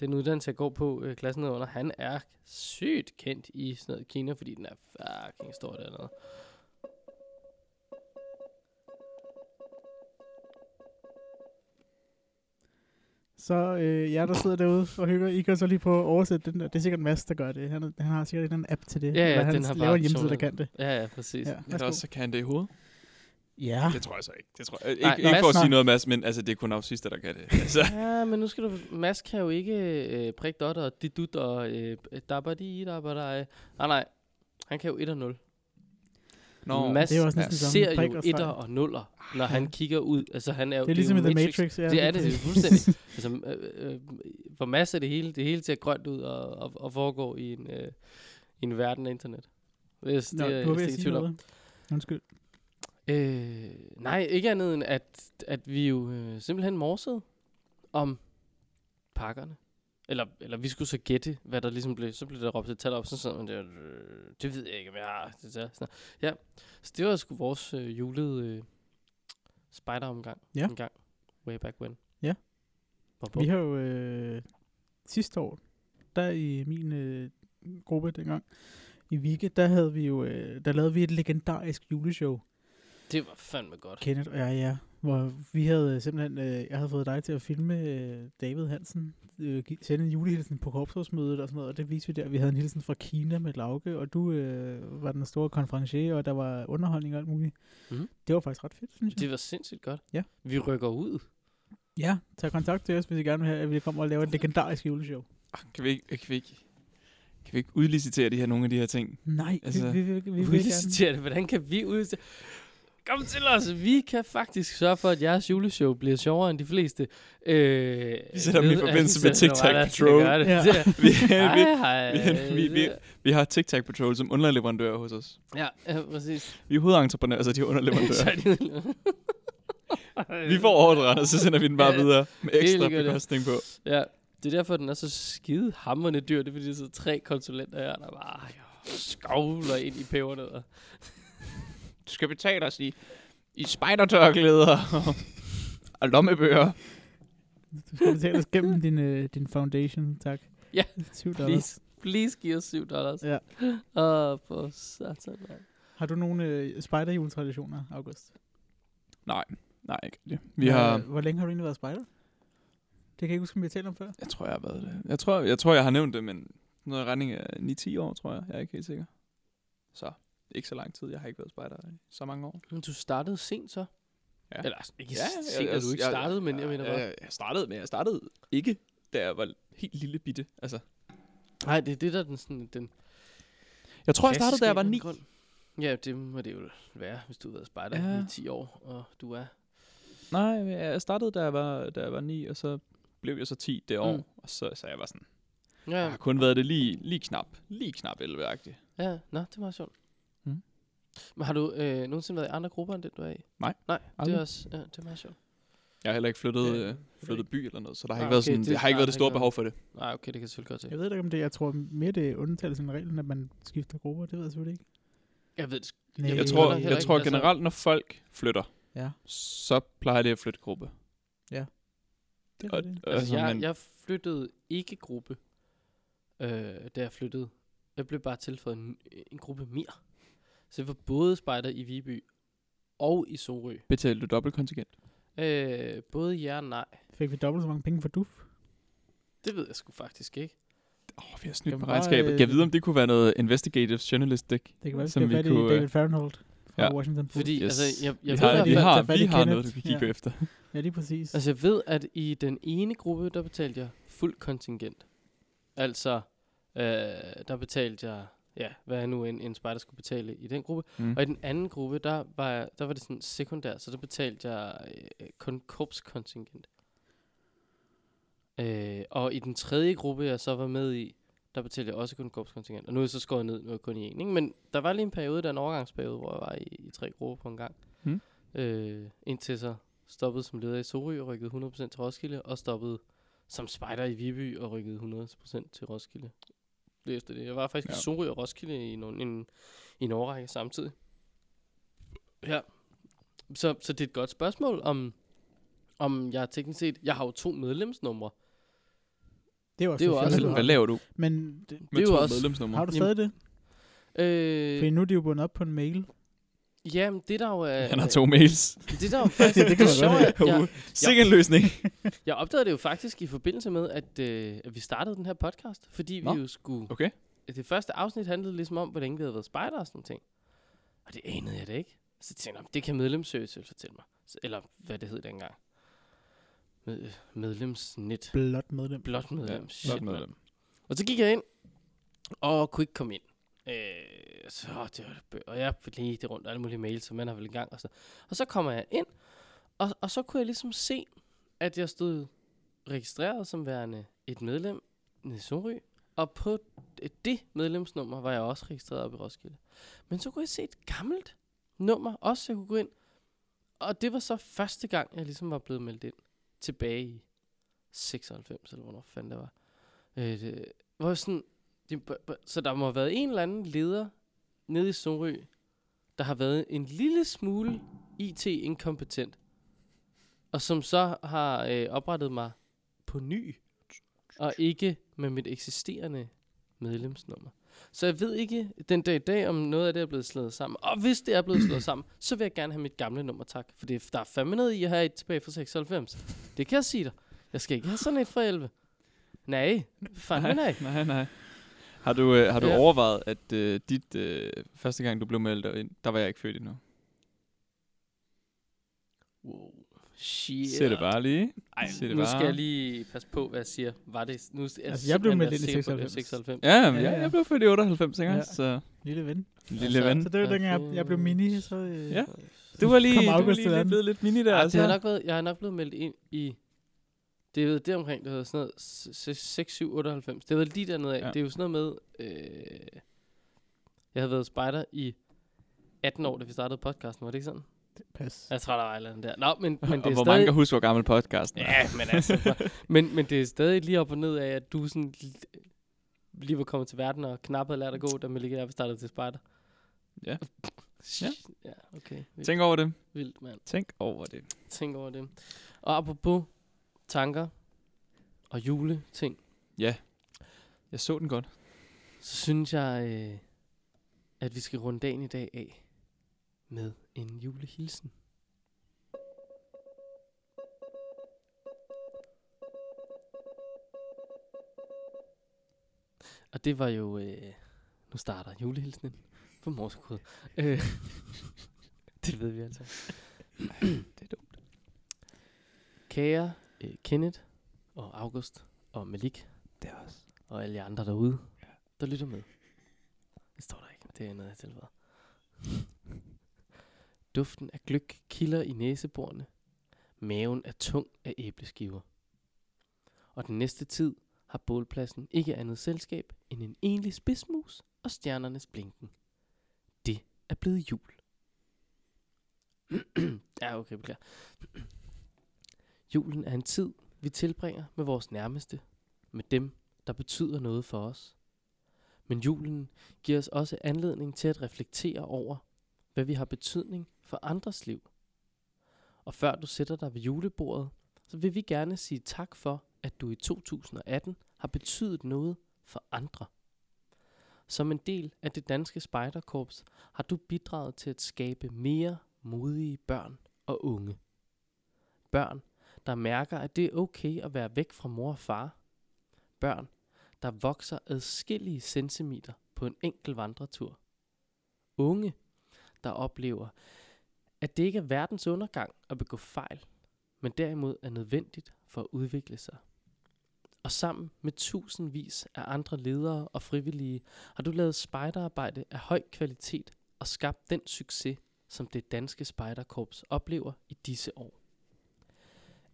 Speaker 1: den uddannelse, jeg går på øh, klassen under, han er sygt kendt i sådan noget Kina, fordi den er fucking stor dernede.
Speaker 3: Så øh, jer, der sidder derude og hygger, I kan så lige prøve at oversætte den der. Det er sikkert Mads, der gør det. Han, han har sikkert en eller anden app til det.
Speaker 1: Ja, ja,
Speaker 3: eller han
Speaker 1: den har
Speaker 3: laver
Speaker 1: bare
Speaker 3: en hjemmeside, der
Speaker 1: personlig-
Speaker 3: kan det.
Speaker 1: Ja, ja, præcis.
Speaker 3: Ja,
Speaker 2: Jeg
Speaker 3: værsgo.
Speaker 2: tror også, så kan han det i hovedet.
Speaker 3: ja.
Speaker 2: Det tror jeg så ikke. Det tror jeg. Ikke,
Speaker 1: Nej,
Speaker 2: ikke
Speaker 1: Mads,
Speaker 2: for at sige
Speaker 3: nej.
Speaker 2: noget, Mads, men altså, det er kun autister, der kan det. Altså,
Speaker 1: Ja, men nu skal du... Mads kan jo ikke øh, prik dot og dit dut og øh, dabadi, dabadaj. Nej, nej. Han kan jo 1 og 0.
Speaker 2: Nå,
Speaker 1: Mads
Speaker 3: det er jo også
Speaker 2: Mads
Speaker 3: næsten
Speaker 1: ser
Speaker 3: samme.
Speaker 1: jo
Speaker 3: Prik og
Speaker 1: 1
Speaker 3: streg.
Speaker 1: og 0'er, når han kigger ud. Altså, han er jo...
Speaker 3: Det er ligesom i
Speaker 1: jo
Speaker 3: The Matrix. Ja,
Speaker 1: Det er
Speaker 3: lige
Speaker 1: det, det er
Speaker 3: præcis.
Speaker 1: fuldstændig. Altså, øh, øh, for Mads er det hele, det hele ser grønt ud og, og, og foregår i en, øh, i en verden af internet. Hvis
Speaker 3: Nå,
Speaker 1: det,
Speaker 3: du var
Speaker 1: er jeg
Speaker 3: ved at
Speaker 1: ikke i
Speaker 3: sige
Speaker 1: tvivl om.
Speaker 3: noget. Undskyld.
Speaker 1: Øh, nej, ikke andet end, at, at vi jo øh, simpelthen morsede om pakkerne. Eller, eller vi skulle så gætte, hvad der ligesom blev. Så blev der råbt et tal op, så sådan, man der, øh, det ved jeg ikke, om jeg har. Det der. Sådan, ja, så det var sgu vores øh, julede øh, spideromgang.
Speaker 3: Ja.
Speaker 1: En gang. Way back when.
Speaker 3: Ja.
Speaker 1: Hvor, hvor,
Speaker 3: Vi har jo øh, sidste år, der i min øh, gruppe dengang, i Vike, der havde vi jo, øh, der lavede vi et legendarisk juleshow.
Speaker 1: Det var fandme godt.
Speaker 3: Kenneth og jeg, ja. Hvor vi havde simpelthen, øh, jeg havde fået dig til at filme øh, David Hansen, øh, gi- sende en julehilsen på korpsrådsmødet og sådan noget, og det viste vi der. Vi havde en hilsen fra Kina med Lauke, og du øh, var den store konferencier, og der var underholdning og alt muligt.
Speaker 1: Mhm.
Speaker 3: Det var faktisk ret fedt, synes jeg.
Speaker 1: Det var sindssygt godt.
Speaker 3: Ja.
Speaker 1: Vi rykker ud.
Speaker 3: Ja, tag kontakt til os, hvis I gerne vil have, at vi kommer og laver et legendarisk juleshow.
Speaker 2: Kan vi ikke, kan vi ikke, kan vi ikke udlicitere de her, nogle af de her ting?
Speaker 3: Nej,
Speaker 2: Altså,
Speaker 3: altså, vi, vi, vi, vi, vi vil gerne.
Speaker 1: udlicitere det. Hvordan kan vi udlicitere Kom til os. Vi kan faktisk sørge for, at jeres juleshow bliver sjovere end de fleste. Øh,
Speaker 2: Vi sætter dem i
Speaker 1: ved- altså,
Speaker 2: forbindelse med
Speaker 1: sætter
Speaker 2: TikTok
Speaker 1: dem bare,
Speaker 2: Patrol.
Speaker 1: lad os da gøre
Speaker 3: Ja.
Speaker 1: det.
Speaker 2: Vi,
Speaker 1: Ja.
Speaker 2: vi,
Speaker 1: Hej, hej.
Speaker 2: vi- vi- vi- vi har TikTok Patrol som underleverandør hos os.
Speaker 1: Ja, ja, præcis.
Speaker 2: Vi er hovedentreprenører, så de er
Speaker 1: Så
Speaker 2: underleverandører.
Speaker 1: er de-
Speaker 2: Vi får ordren, og så sender vi den bare
Speaker 1: Ja,
Speaker 2: videre med ekstra
Speaker 1: ligegyldigt.
Speaker 2: bekostning på.
Speaker 1: Ja, det er derfor, den er så skide hammerne dyr. Det er, fordi der sidder tre konsulenter her, der bare skovler ind i peberne.
Speaker 2: Du skal betale os i I spejdertørklæder og lommebøger.
Speaker 3: Du skal betale os gennem din, øh, din foundation, tak.
Speaker 1: Ja,
Speaker 3: 7 dollars.
Speaker 1: Please, please giv os 7 dollars.
Speaker 3: Ja.
Speaker 1: Åh, oh, for satan. mand.
Speaker 3: Har du nogle øh, spejderjuletraditioner, August?
Speaker 2: Nej, ikke det. Vi har...
Speaker 3: Hvor længe har du egentlig været spejder? Det kan jeg ikke huske, om vi har talt om før.
Speaker 2: Jeg tror, jeg har været det. Jeg tror, jeg, tror, jeg har nævnt det, men noget i retning af 9-10 år, tror jeg. Jeg er ikke helt sikker. Så ikke så lang tid. Jeg har ikke været spejder i så mange år.
Speaker 1: Men du startede sent så?
Speaker 2: Ja.
Speaker 1: Eller altså, ikke ja, sikkert, du ikke startede, men jeg mener bare.
Speaker 2: Jeg, jeg startede, men jeg startede ikke, da jeg var helt lille bitte. Altså,
Speaker 1: Nej, det er det, der er den sådan... Den
Speaker 2: jeg tror, jeg startede,
Speaker 1: klassiske
Speaker 2: da jeg
Speaker 1: af
Speaker 2: var
Speaker 1: en
Speaker 2: 9.
Speaker 1: grund. Ja, det må det jo være, hvis du har været spejder
Speaker 2: Ja.
Speaker 1: ja. i 10 år, og du er...
Speaker 2: Nej, men jeg startede, da jeg var, da jeg var 9, og så blev jeg så 10 det år.
Speaker 1: Mm.
Speaker 2: Og så, så jeg var sådan, jeg
Speaker 1: Ja,
Speaker 2: har kun været det lige, lige knap, lige knap 11-agtigt.
Speaker 1: ja. Nå, det var sjovt.
Speaker 2: Mm.
Speaker 1: Mm. Men har du øh, nogensinde været i andre grupper, end den du er i?
Speaker 2: Nej,
Speaker 1: Nej, det
Speaker 2: aldrig.
Speaker 1: er også... Ja, det er meget sjovt.
Speaker 2: Jeg har heller ikke flyttet,
Speaker 1: Ja,
Speaker 2: øh, flyttet by eller noget, så der har
Speaker 1: Ah,
Speaker 2: ikke været,
Speaker 1: okay,
Speaker 2: sådan,
Speaker 1: det-
Speaker 2: det, har ikke
Speaker 1: nej,
Speaker 2: været
Speaker 1: der
Speaker 2: det
Speaker 1: har
Speaker 2: store
Speaker 1: ikke
Speaker 2: behov for det.
Speaker 1: Nej, okay, det kan jeg selvfølgelig godt se.
Speaker 3: Jeg ved da ikke, om det Jeg tror mere, det er undtagelsen af reglen, at man skifter grupper. Det ved jeg selvfølgelig ikke.
Speaker 1: Jeg ved det sgu-
Speaker 3: Nej,
Speaker 2: Jeg
Speaker 1: Øh,
Speaker 2: tror,
Speaker 1: heller
Speaker 2: jeg
Speaker 1: ikke,
Speaker 2: tror
Speaker 1: altså.
Speaker 2: generelt, når folk flytter,
Speaker 3: Ja.
Speaker 2: så plejer det at flytte gruppe.
Speaker 3: Det er
Speaker 2: Og,
Speaker 3: det.
Speaker 1: Altså, jeg,
Speaker 2: men,
Speaker 1: jeg flyttede ikke gruppe, øh, da jeg flyttede. Jeg blev bare tilføjet en, en gruppe mere. Så det var både spejder i Viby og i Sorø.
Speaker 2: Betalte du dobbelt kontingent?
Speaker 1: Øh, både ja og nej.
Speaker 3: Fik vi dobbelt så mange penge for duf?
Speaker 1: Det ved jeg sgu faktisk ikke.
Speaker 2: Åh, oh, vi har snydt
Speaker 3: Jamen,
Speaker 2: på
Speaker 3: bare,
Speaker 2: regnskabet.
Speaker 3: øh,
Speaker 2: Kan jeg vide, om det kunne være noget investigative journalistik?
Speaker 3: Det kan være,
Speaker 2: Som
Speaker 3: vi
Speaker 2: vi
Speaker 3: skal fat
Speaker 2: kunne,
Speaker 3: i
Speaker 2: øh,
Speaker 3: David Fahrenholt fra
Speaker 2: ja.
Speaker 3: ja. Washington Post.
Speaker 1: Fordi, yes. altså, jeg, jeg
Speaker 2: vi
Speaker 1: ved
Speaker 2: har,
Speaker 1: i
Speaker 2: vi
Speaker 1: hvert fald,
Speaker 2: har,
Speaker 3: tage fat
Speaker 2: vi
Speaker 3: i
Speaker 2: har noget, du
Speaker 3: Kenneth.
Speaker 2: kan kigge
Speaker 3: Ja.
Speaker 2: efter.
Speaker 3: Ja, lige præcis.
Speaker 1: altså, jeg ved, at i den ene gruppe, der betalte jeg fuld kontingent. Altså, øh, der betalte jeg, ja, hvad jeg nu en, en spejder skulle betale i den gruppe.
Speaker 2: Mm.
Speaker 1: Og i den anden gruppe, der var, jeg- der var det sådan sekundært, så der betalte jeg øh, kun korpskontingent. Øh, og i den tredje gruppe, jeg så var med i, der betalte jeg også kun korpskontingent. Og nu er jeg så skåret ned, nu er jeg kun i en. Ikke? Men der var lige en periode, der en overgangsperiode, hvor jeg var i, i tre grupper på en gang.
Speaker 2: Mm.
Speaker 1: Øh, indtil så stoppede som leder i Sorø og rykkede 100% til Roskilde, og stoppede som spejder i Viby og rykkede 100% til Roskilde. Det er efter det. Jeg var faktisk ja.
Speaker 2: Ja.
Speaker 1: i Sorø og Roskilde i, nogle, en, i en årrække samtidig. Ja. Så, så det er et godt spørgsmål, om, om jeg teknisk set... Jeg har jo to medlemsnumre.
Speaker 3: det er jo også,
Speaker 1: det er jo
Speaker 3: lidt
Speaker 1: også
Speaker 2: Hvad,
Speaker 3: fjollet.
Speaker 1: lidt-
Speaker 2: Altså, hvad laver du
Speaker 3: Men det,
Speaker 2: med
Speaker 1: er
Speaker 2: to
Speaker 1: jo også-
Speaker 2: medlemsnumre?
Speaker 3: har du stadig det? Fordi
Speaker 1: Øh,
Speaker 3: nu er de jo bundet op på en mail.
Speaker 1: jamen, det der jo er...
Speaker 2: Han har to mails.
Speaker 1: Det der jo faktisk... det, det,
Speaker 3: det kan
Speaker 1: det
Speaker 3: man
Speaker 1: sjove er, at jeg,
Speaker 2: Sikke en løsning.
Speaker 1: jeg opdagede det jo faktisk i forbindelse med, at, øh, at vi startede den her podcast. Fordi
Speaker 2: Nå.
Speaker 1: vi jo skulle...
Speaker 2: Okay.
Speaker 1: Det første afsnit handlede ligesom om, hvor længe vi havde været spejder og sådan noget ting. Og det anede jeg da ikke. Så tænkte jeg, "Nå, det kan medlemsservice fortælle mig. Så- Eller hvad det hed dengang. Med, medlemsnet.
Speaker 3: Blot medlem.
Speaker 1: Blot medlem. Shit,
Speaker 2: Blot
Speaker 1: mand.
Speaker 2: medlem.
Speaker 1: Og så gik jeg ind, og kunne ikke komme ind. Øh, så det var det bø- og jeg læste rundt alle mulige mails, som man har vel i gang og sådan noget. Og så kommer jeg ind, og, og så kunne jeg ligesom se, at jeg stod registreret som værende et medlem i Sorø, og på det medlemsnummer var jeg også registreret op i Roskilde. Men så kunne jeg se et gammelt nummer, også jeg kunne gå ind, og det var så første gang, jeg ligesom var blevet meldt ind tilbage i 96, eller hvornår fanden det var. Øh, det, hvor jeg sådan, det, b- b- så der må have været en eller anden leder nede i Sorø, der har været en lille smule IT-inkompetent, og som så har øh, oprettet mig på ny, og ikke med mit eksisterende medlemsnummer. Så jeg ved ikke den dag i dag, om noget af det er blevet slået sammen. Og hvis det er blevet slået sammen, så vil jeg gerne have mit gamle nummer, tak. For det, der er fandme noget i at have et tilbage fra 96. Det kan jeg sige dig. Jeg skal ikke have sådan et fra 11. Nej, fandme nej.
Speaker 2: nej, nej. Har du, øh, har du
Speaker 1: Ja.
Speaker 2: overvejet, at øh, dit øh, første gang, du blev meldt ind, der var jeg ikke født endnu?
Speaker 1: Wow. Shit.
Speaker 2: Se det bare lige.
Speaker 1: Ej,
Speaker 2: Sig det
Speaker 1: nu
Speaker 2: bare.
Speaker 1: skal jeg lige passe på, hvad jeg siger. Var det... Nu, altså,
Speaker 3: jeg blev meldt ind i
Speaker 1: 96. Ja.
Speaker 2: Ja, men
Speaker 3: Ja,
Speaker 2: jeg,
Speaker 3: ja.
Speaker 2: jeg blev født i 98, ikke?
Speaker 3: Ja.
Speaker 2: Så
Speaker 3: Lille ven.
Speaker 2: lille
Speaker 1: Altså,
Speaker 2: ven.
Speaker 3: Så det var dengang, jeg, jeg blev mini, så... Øh,
Speaker 2: Ja. Du var lige,
Speaker 3: Kom
Speaker 2: du var
Speaker 3: August
Speaker 2: lige
Speaker 3: til
Speaker 2: lidt
Speaker 3: verden.
Speaker 2: blevet lidt mini der.
Speaker 1: Ej, det
Speaker 2: altså.
Speaker 1: har nok været, jeg har nok blevet meldt ind i... Det ved det omkring, det hedder sådan noget 6, 7, 98. Det var lige dernede af.
Speaker 2: Ja.
Speaker 1: Ja. Det er jo sådan noget med... Øh, jeg havde været spejder i 18 år, da vi startede podcasten, var det ikke sådan?
Speaker 3: Pas.
Speaker 1: Jeg tror, der var et eller andet der. Nå, men, men det
Speaker 2: og
Speaker 1: er
Speaker 2: hvor
Speaker 1: stadig...
Speaker 2: mange kan huske, hvor gammel podcasten er?
Speaker 1: Ja, men altså... for- men, men det er stadig lige op og ned af, at du sådan l- lige var kommet til verden og knap havde lært at gå, da man ligger der, vi startede til spejder.
Speaker 2: Ja. Ja.
Speaker 1: Ja, okay. Vildt,
Speaker 2: Tænk over det.
Speaker 1: vildt mand.
Speaker 2: Tænk over det.
Speaker 1: Tænk over det. Og apropos tanker og juleting,
Speaker 2: Jeg så den godt.
Speaker 1: så synes jeg, øh, at vi skal runde dagen i dag af med en julehilsen. Og det var jo... Øh, nu starter julehilsenen på morsekode. Øh, det ved vi altså.
Speaker 2: Det er dumt.
Speaker 1: Kære øh, Kenneth og August og Malik
Speaker 2: Det er også.
Speaker 1: og alle jer andre derude, der lytter med. Det står der ikke. Det er noget, jeg tilføjer. Duften af gløk kilder i næseborene. Maven er tung af æbleskiver. Og den næste tid har bålpladsen ikke andet selskab end en enlig spidsmus og stjernernes blinken. Det er blevet jul. ja, okay, beklager. Julen er en tid, vi tilbringer med vores nærmeste, med dem, der betyder noget for os. Men julen giver os også anledning til at reflektere over, hvad vi har betydning for andres liv. Og før du sætter dig ved julebordet, så vil vi gerne sige tak for, at du i 2018 har betydet noget for andre. Som en del af det danske spejderkorps har du bidraget til at skabe mere modige børn og unge. Børn, der mærker, at det er okay at være væk fra mor og far. Børn, der vokser adskillige centimeter på en enkel vandretur. Unge, der oplever, at det ikke er verdens undergang at begå fejl, men derimod er nødvendigt for at udvikle sig. Og sammen med tusindvis af andre ledere og frivillige har du lavet spejderarbejde af høj kvalitet og skabt den succes, som det danske spejderkorps oplever i disse år.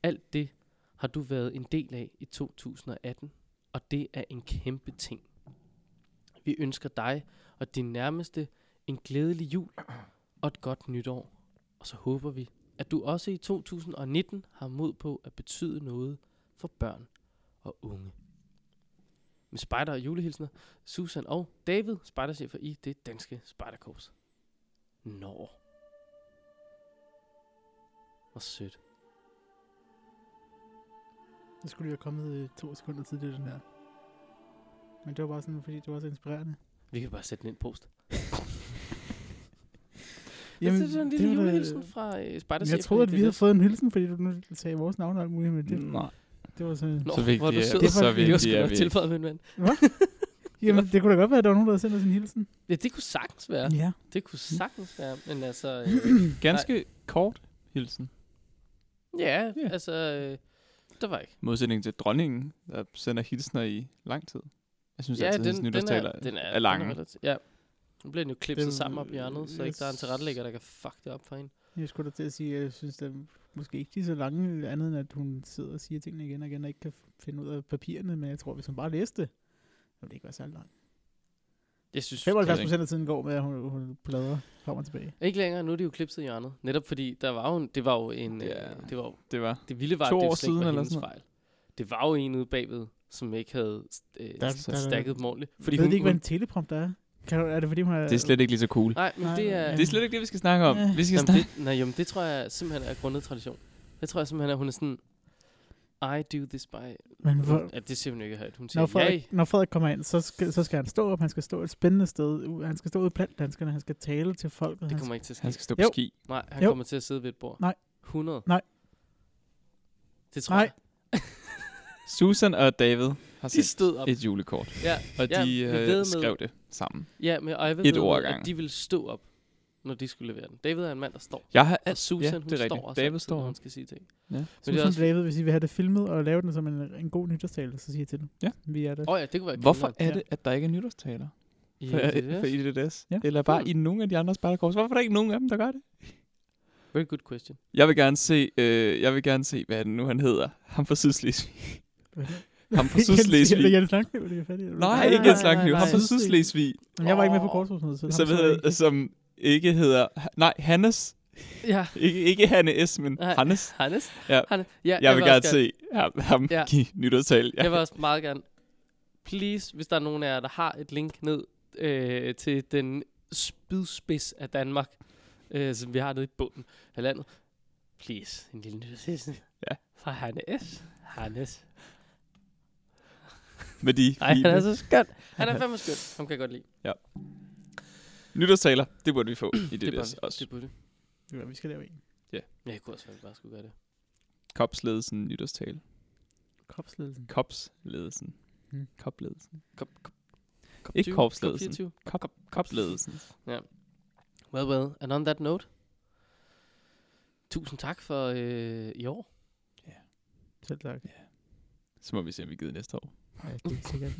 Speaker 1: Alt det har du været en del af i 2018, og det er en kæmpe ting. Vi ønsker dig og din nærmeste en glædelig jul og et godt nytår. Og så håber vi, at du også i 2019 har mod på at betyde noget for børn og unge. Med spejder og julehilsner, Susan og David, spejderchefer i det danske spejderkorps. Nå. Hvor sødt.
Speaker 3: Jeg skulle lige have kommet øh, to sekunder tidligere, den her. Men det var bare sådan, fordi det var så inspirerende.
Speaker 1: Vi kan bare sætte den ind post. Jamen,
Speaker 3: Jamen,
Speaker 1: det er sådan en lille
Speaker 3: det var da-
Speaker 1: julehilsen fra øh,
Speaker 3: Men
Speaker 1: Spejderchefen.
Speaker 3: jeg troede, at vi havde fået en hilsen, fordi du nu sagde vores navn og alt muligt, men det,
Speaker 2: Nej.
Speaker 3: det var så...
Speaker 1: Nå,
Speaker 2: Så vigtige
Speaker 1: hvor er du
Speaker 2: er-
Speaker 1: sød.
Speaker 3: det var-
Speaker 2: så
Speaker 3: det var
Speaker 1: Det var sgu
Speaker 2: vigtige er
Speaker 1: nok
Speaker 2: vi.
Speaker 1: tilføjet med en mand.
Speaker 3: Jamen, det kunne da godt være, at der var nogen, der havde sendt os en hilsen.
Speaker 1: Ja, det kunne sagtens være.
Speaker 3: ja.
Speaker 1: Det kunne sagtens være. Men altså, øh,
Speaker 2: Ganske kort hilsen.
Speaker 1: ja,
Speaker 2: Ja.
Speaker 1: altså, øh, der var ikke.
Speaker 2: Modsætning til dronningen, der sender hilsner i lang tid. Jeg synes
Speaker 1: Ja, den,
Speaker 2: altid, hendes
Speaker 1: den, er,
Speaker 2: nytårstaler
Speaker 1: den er,
Speaker 2: er lange.
Speaker 1: Den er relativt- ja. Nu bliver den jo klipset
Speaker 3: Den-
Speaker 1: sammen op i hjørnet, så ikke der er en tilrettelægger, der kan fuck det op for hende.
Speaker 3: Jeg skulle da til at sige, at jeg synes, det er måske ikke lige så lange andet, end at hun sidder og siger tingene igen og igen, og ikke kan f- finde ud af papirerne, men jeg tror, hvis hun bare læste det, så ville det ikke være særlig langt.
Speaker 1: Jeg synes,
Speaker 3: 75
Speaker 2: ikke.
Speaker 3: procent af tiden går med, at hun, hun bladrer frem og tilbage.
Speaker 1: ikke længere, nu er det jo klipset i hjørnet. Netop fordi, der var jo, en- det var jo en,
Speaker 2: Ja.
Speaker 1: øh, det var jo
Speaker 2: Det var.
Speaker 1: Det vilde var,
Speaker 2: To
Speaker 1: at
Speaker 2: år
Speaker 1: det slet ikke
Speaker 2: siden
Speaker 1: var
Speaker 2: eller
Speaker 1: hendes
Speaker 2: sådan
Speaker 1: fejl. Det var jo en ude bagved, som ikke havde øh,
Speaker 3: Der-
Speaker 1: st-
Speaker 3: der-
Speaker 1: stakket dem ordentligt.
Speaker 3: Fordi
Speaker 1: Fordi
Speaker 3: ved
Speaker 1: hun,
Speaker 3: hun, ikke, hvad
Speaker 1: hun,
Speaker 3: en teleprompter er? Kan du, er det fordi, hun har...
Speaker 2: Det er slet ikke lige så cool.
Speaker 1: nej, men
Speaker 3: Nej,
Speaker 1: det
Speaker 3: nej,
Speaker 1: er...
Speaker 3: nej.
Speaker 2: Det er slet ikke det, vi skal snakke om.
Speaker 3: Ja.
Speaker 2: Vi skal
Speaker 1: jamen,
Speaker 2: snakke...
Speaker 1: det, nej, jamen, det tror jeg simpelthen er grundet tradition. Det tror jeg simpelthen, at hun er sådan... I do this by...
Speaker 3: Men hvor,
Speaker 1: Ja, det siger hun ikke højt. Hun
Speaker 3: når,
Speaker 1: siger,
Speaker 3: Frederik,
Speaker 1: jeg...
Speaker 3: når Frederik kommer ind, så skal, så skal han stå op, han skal stå et spændende sted, u- han skal stå ude blandt danskerne, han skal tale til folket.
Speaker 1: Det
Speaker 3: han
Speaker 1: kommer ikke til at ske.
Speaker 2: Han skal stå på
Speaker 3: Jo.
Speaker 2: ski.
Speaker 1: Nej, han
Speaker 3: Jo.
Speaker 1: kommer til at sidde ved et bord.
Speaker 3: Nej.
Speaker 1: 100.
Speaker 3: Nej.
Speaker 1: Det tror
Speaker 3: Nej.
Speaker 1: jeg.
Speaker 2: Susan og David
Speaker 1: De
Speaker 2: har sendt
Speaker 1: stod op.
Speaker 2: Altså, et julekort,
Speaker 1: Ja,
Speaker 2: og
Speaker 1: ja,
Speaker 2: de
Speaker 1: jeg ved
Speaker 2: øh,
Speaker 1: med-
Speaker 2: skrev det sammen.
Speaker 1: ja, men og jeg ved,
Speaker 2: Et
Speaker 1: ved,
Speaker 2: ord ad
Speaker 1: at
Speaker 2: gangen.
Speaker 1: de ville stå op, når de skulle levere den. David er en mand, der står.
Speaker 2: Jeg har
Speaker 1: Og
Speaker 2: alt...
Speaker 1: Susan,
Speaker 2: ja,
Speaker 1: hun
Speaker 2: det er
Speaker 1: står
Speaker 2: rigtigt.
Speaker 1: også
Speaker 2: David
Speaker 1: altid, når
Speaker 2: står.
Speaker 1: hun skal sige ting.
Speaker 2: Ja.
Speaker 1: Men det
Speaker 3: Susan
Speaker 1: er også,
Speaker 3: David, hvis I vil have det filmet og lave den som en, en god nytårstale, så siger jeg til dem.
Speaker 2: Ja.
Speaker 3: Vi er der.
Speaker 1: Åh oh ja, det kunne være
Speaker 2: Hvorfor
Speaker 1: grineren.
Speaker 2: er det, at der ikke er nytårstaler for,
Speaker 1: Ja,
Speaker 2: for
Speaker 1: det er
Speaker 2: IDDS?
Speaker 3: Ja.
Speaker 2: Eller bare
Speaker 1: Hmm.
Speaker 2: i nogle af de andre spejderkorps? Hvorfor er der ikke nogen af dem, der gør det?
Speaker 1: Very good question.
Speaker 2: Jeg vil gerne se, øh, jeg vil gerne se hvad er det nu han hedder. Ham fra Sydslesvig. Ham fra
Speaker 3: Det er
Speaker 2: Sydslesvig.
Speaker 3: Jens Langkniv, det er fat i. eller hvad?
Speaker 2: Nej,
Speaker 1: nej,
Speaker 2: ikke Jens
Speaker 1: nej,
Speaker 2: Langkniv.
Speaker 1: nej,
Speaker 2: Ham fra
Speaker 3: nej.
Speaker 2: Sydslesvig,
Speaker 3: Men jeg var ikke med på
Speaker 1: Åh.
Speaker 3: korthuset, så,
Speaker 2: som,
Speaker 3: ham så
Speaker 2: hedder,
Speaker 3: jeg
Speaker 1: øh,
Speaker 2: som ikke hedder... Nej, Hannes.
Speaker 1: Ja,
Speaker 2: Ikke, ikke Hanne S, men
Speaker 1: Nej.
Speaker 2: Hannes.
Speaker 1: Hannes.
Speaker 2: Ja.
Speaker 1: Hanne. ja
Speaker 2: Jeg vil
Speaker 1: også
Speaker 2: gerne se ham, ham
Speaker 1: Ja.
Speaker 2: give nytårstale.
Speaker 1: Jeg vil også meget gerne. Please, hvis der er nogen af jer, der har et link ned øh, til den spydspids af Danmark, øh, som vi har nede i bunden af landet. Please, en lille nyhedshissen.
Speaker 2: Ja.
Speaker 1: Fra Hanne S. Hannes.
Speaker 2: Med de
Speaker 1: Ej, han
Speaker 2: fine
Speaker 1: er så skøn. Han er fandme skøn. Ham kan jeg godt lide.
Speaker 2: nytårstaler. Det burde vi få i det,
Speaker 1: Det,
Speaker 2: det
Speaker 1: bør vi.
Speaker 2: der også.
Speaker 1: Det burde vi.
Speaker 3: Det er, vi skal lave en.
Speaker 1: Ja, Jeg kunne også faktisk bare skulle gøre det.
Speaker 2: Kopsledelsen nytårstale.
Speaker 3: Kropsledelsen.
Speaker 2: Kopsledelsen.
Speaker 1: Hmm.
Speaker 3: Mm.
Speaker 2: Kopledelsen.
Speaker 1: Kop, kop, kop
Speaker 2: Ikke
Speaker 1: 20,
Speaker 2: korpsledelsen.
Speaker 1: Kop 24.
Speaker 2: Kop, kopsledelsen.
Speaker 1: Well, well. And on that note. Tusind tak for øh, i år.
Speaker 3: Selv tak.
Speaker 2: Så må vi se, om vi gider næste år.
Speaker 3: Ja, det er sikkert.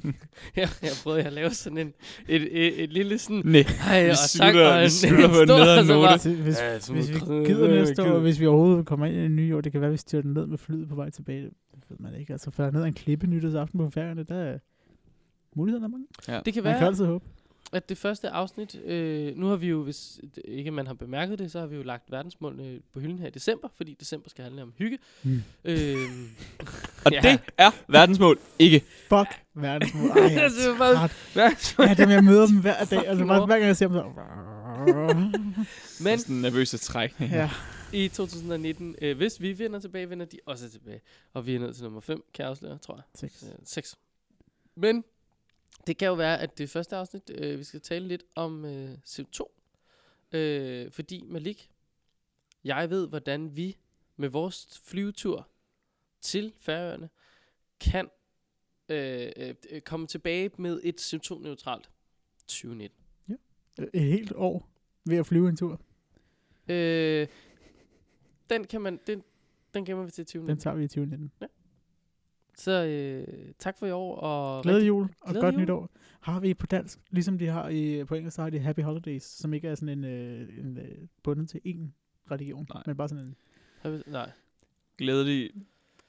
Speaker 1: Jeg, jeg prøvede at lave sådan en, et, et, et lille sådan...
Speaker 2: Nej.
Speaker 1: Ej,
Speaker 2: Vi slutter- vi slutter på en nederen
Speaker 1: Altså,
Speaker 2: note.
Speaker 3: Hvis, hvis,
Speaker 1: Ja, så
Speaker 3: hvis vi
Speaker 1: må-
Speaker 3: gider næste
Speaker 1: Øh,
Speaker 3: år,
Speaker 1: gider.
Speaker 3: og hvis vi overhovedet kommer ind i det nye år, det kan være, at vi styrer den ned med flyet på vej tilbage. Det ved man ikke. Altså, falder ned ad en klippe nytårsaften på færgerne, der er mulighederne er mange.
Speaker 1: Det kan
Speaker 3: Man kan
Speaker 1: være,
Speaker 3: altid håbe.
Speaker 1: at det første afsnit... Øh, nu har vi jo, hvis det- ikke man har bemærket det, så har vi jo lagt verdensmålene på hylden her i december, fordi december skal handle om hygge.
Speaker 3: Mm.
Speaker 1: Øhm,
Speaker 2: Og
Speaker 1: Ja.
Speaker 2: det er verdensmål ikke.
Speaker 3: Fuck verdensmål. Ej, jeg
Speaker 1: Altså,
Speaker 3: er
Speaker 1: hvad-
Speaker 3: træt.
Speaker 1: hvad-
Speaker 3: Ja, dem, jeg møder dem hver dag. Altså,
Speaker 1: Fucking
Speaker 3: bare,
Speaker 1: lort.
Speaker 3: hver gang jeg ser dem, så...
Speaker 1: men
Speaker 2: Sådan nervøse trækninger.
Speaker 3: Ja.
Speaker 1: i 2019, øh, hvis vi vinder tilbage, vender de også tilbage. Og vi er nået til nummer 5, kan jeg afsløre, tror jeg.
Speaker 3: Seks.
Speaker 1: 6. Øh, Men det kan jo være, at det første afsnit, øh, vi skal tale lidt om øh, CO2. Øh, fordi Malik, jeg ved, hvordan vi med vores flyvetur til Færøerne kan øh, øh, øh, komme tilbage med et CO2-neutralt 2019.
Speaker 3: Et helt år ved at flyve en tur.
Speaker 1: Øh, den kan man, den, den gemmer vi til
Speaker 3: Den
Speaker 1: 2019.
Speaker 3: tager vi i 2019.
Speaker 1: Så øh, tak for i år, og
Speaker 3: Glæde jul og
Speaker 1: Glædelig
Speaker 3: godt
Speaker 1: jul.
Speaker 3: nytår. Har vi på dansk, ligesom de har i, på engelsk, så har de Happy Holidays, som ikke er sådan en, øh, en øh, bundet til én religion,
Speaker 2: Nej.
Speaker 3: men bare sådan en
Speaker 1: rigtig- nej.
Speaker 2: Glædelig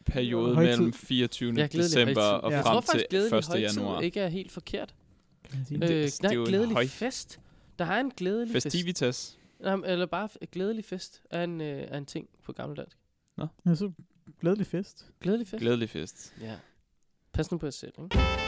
Speaker 2: periode
Speaker 3: Højtid.
Speaker 2: mellem 24.
Speaker 1: Ja, glædelig
Speaker 2: december
Speaker 1: højtid.
Speaker 2: og
Speaker 3: Ja.
Speaker 1: Jeg
Speaker 2: frem
Speaker 1: tror faktisk,
Speaker 2: til 1.
Speaker 1: glædelig højtid
Speaker 2: januar.
Speaker 1: ikke er helt forkert.
Speaker 3: kan man sige.
Speaker 2: Det-
Speaker 1: Øh,
Speaker 2: altså, det
Speaker 1: nej,
Speaker 2: er jo en
Speaker 1: glædelig
Speaker 2: høj-
Speaker 1: fest. Der er en glædelig fest.
Speaker 2: Festivitas.
Speaker 1: Nej, eller bare f- glædelig fest er en, øh, er en ting på gammeldansk.
Speaker 3: Ja, så glædelig fest.
Speaker 1: Glædelig fest?
Speaker 2: Glædelig fest.
Speaker 1: Ja. Pas nu på jer selv, ikke?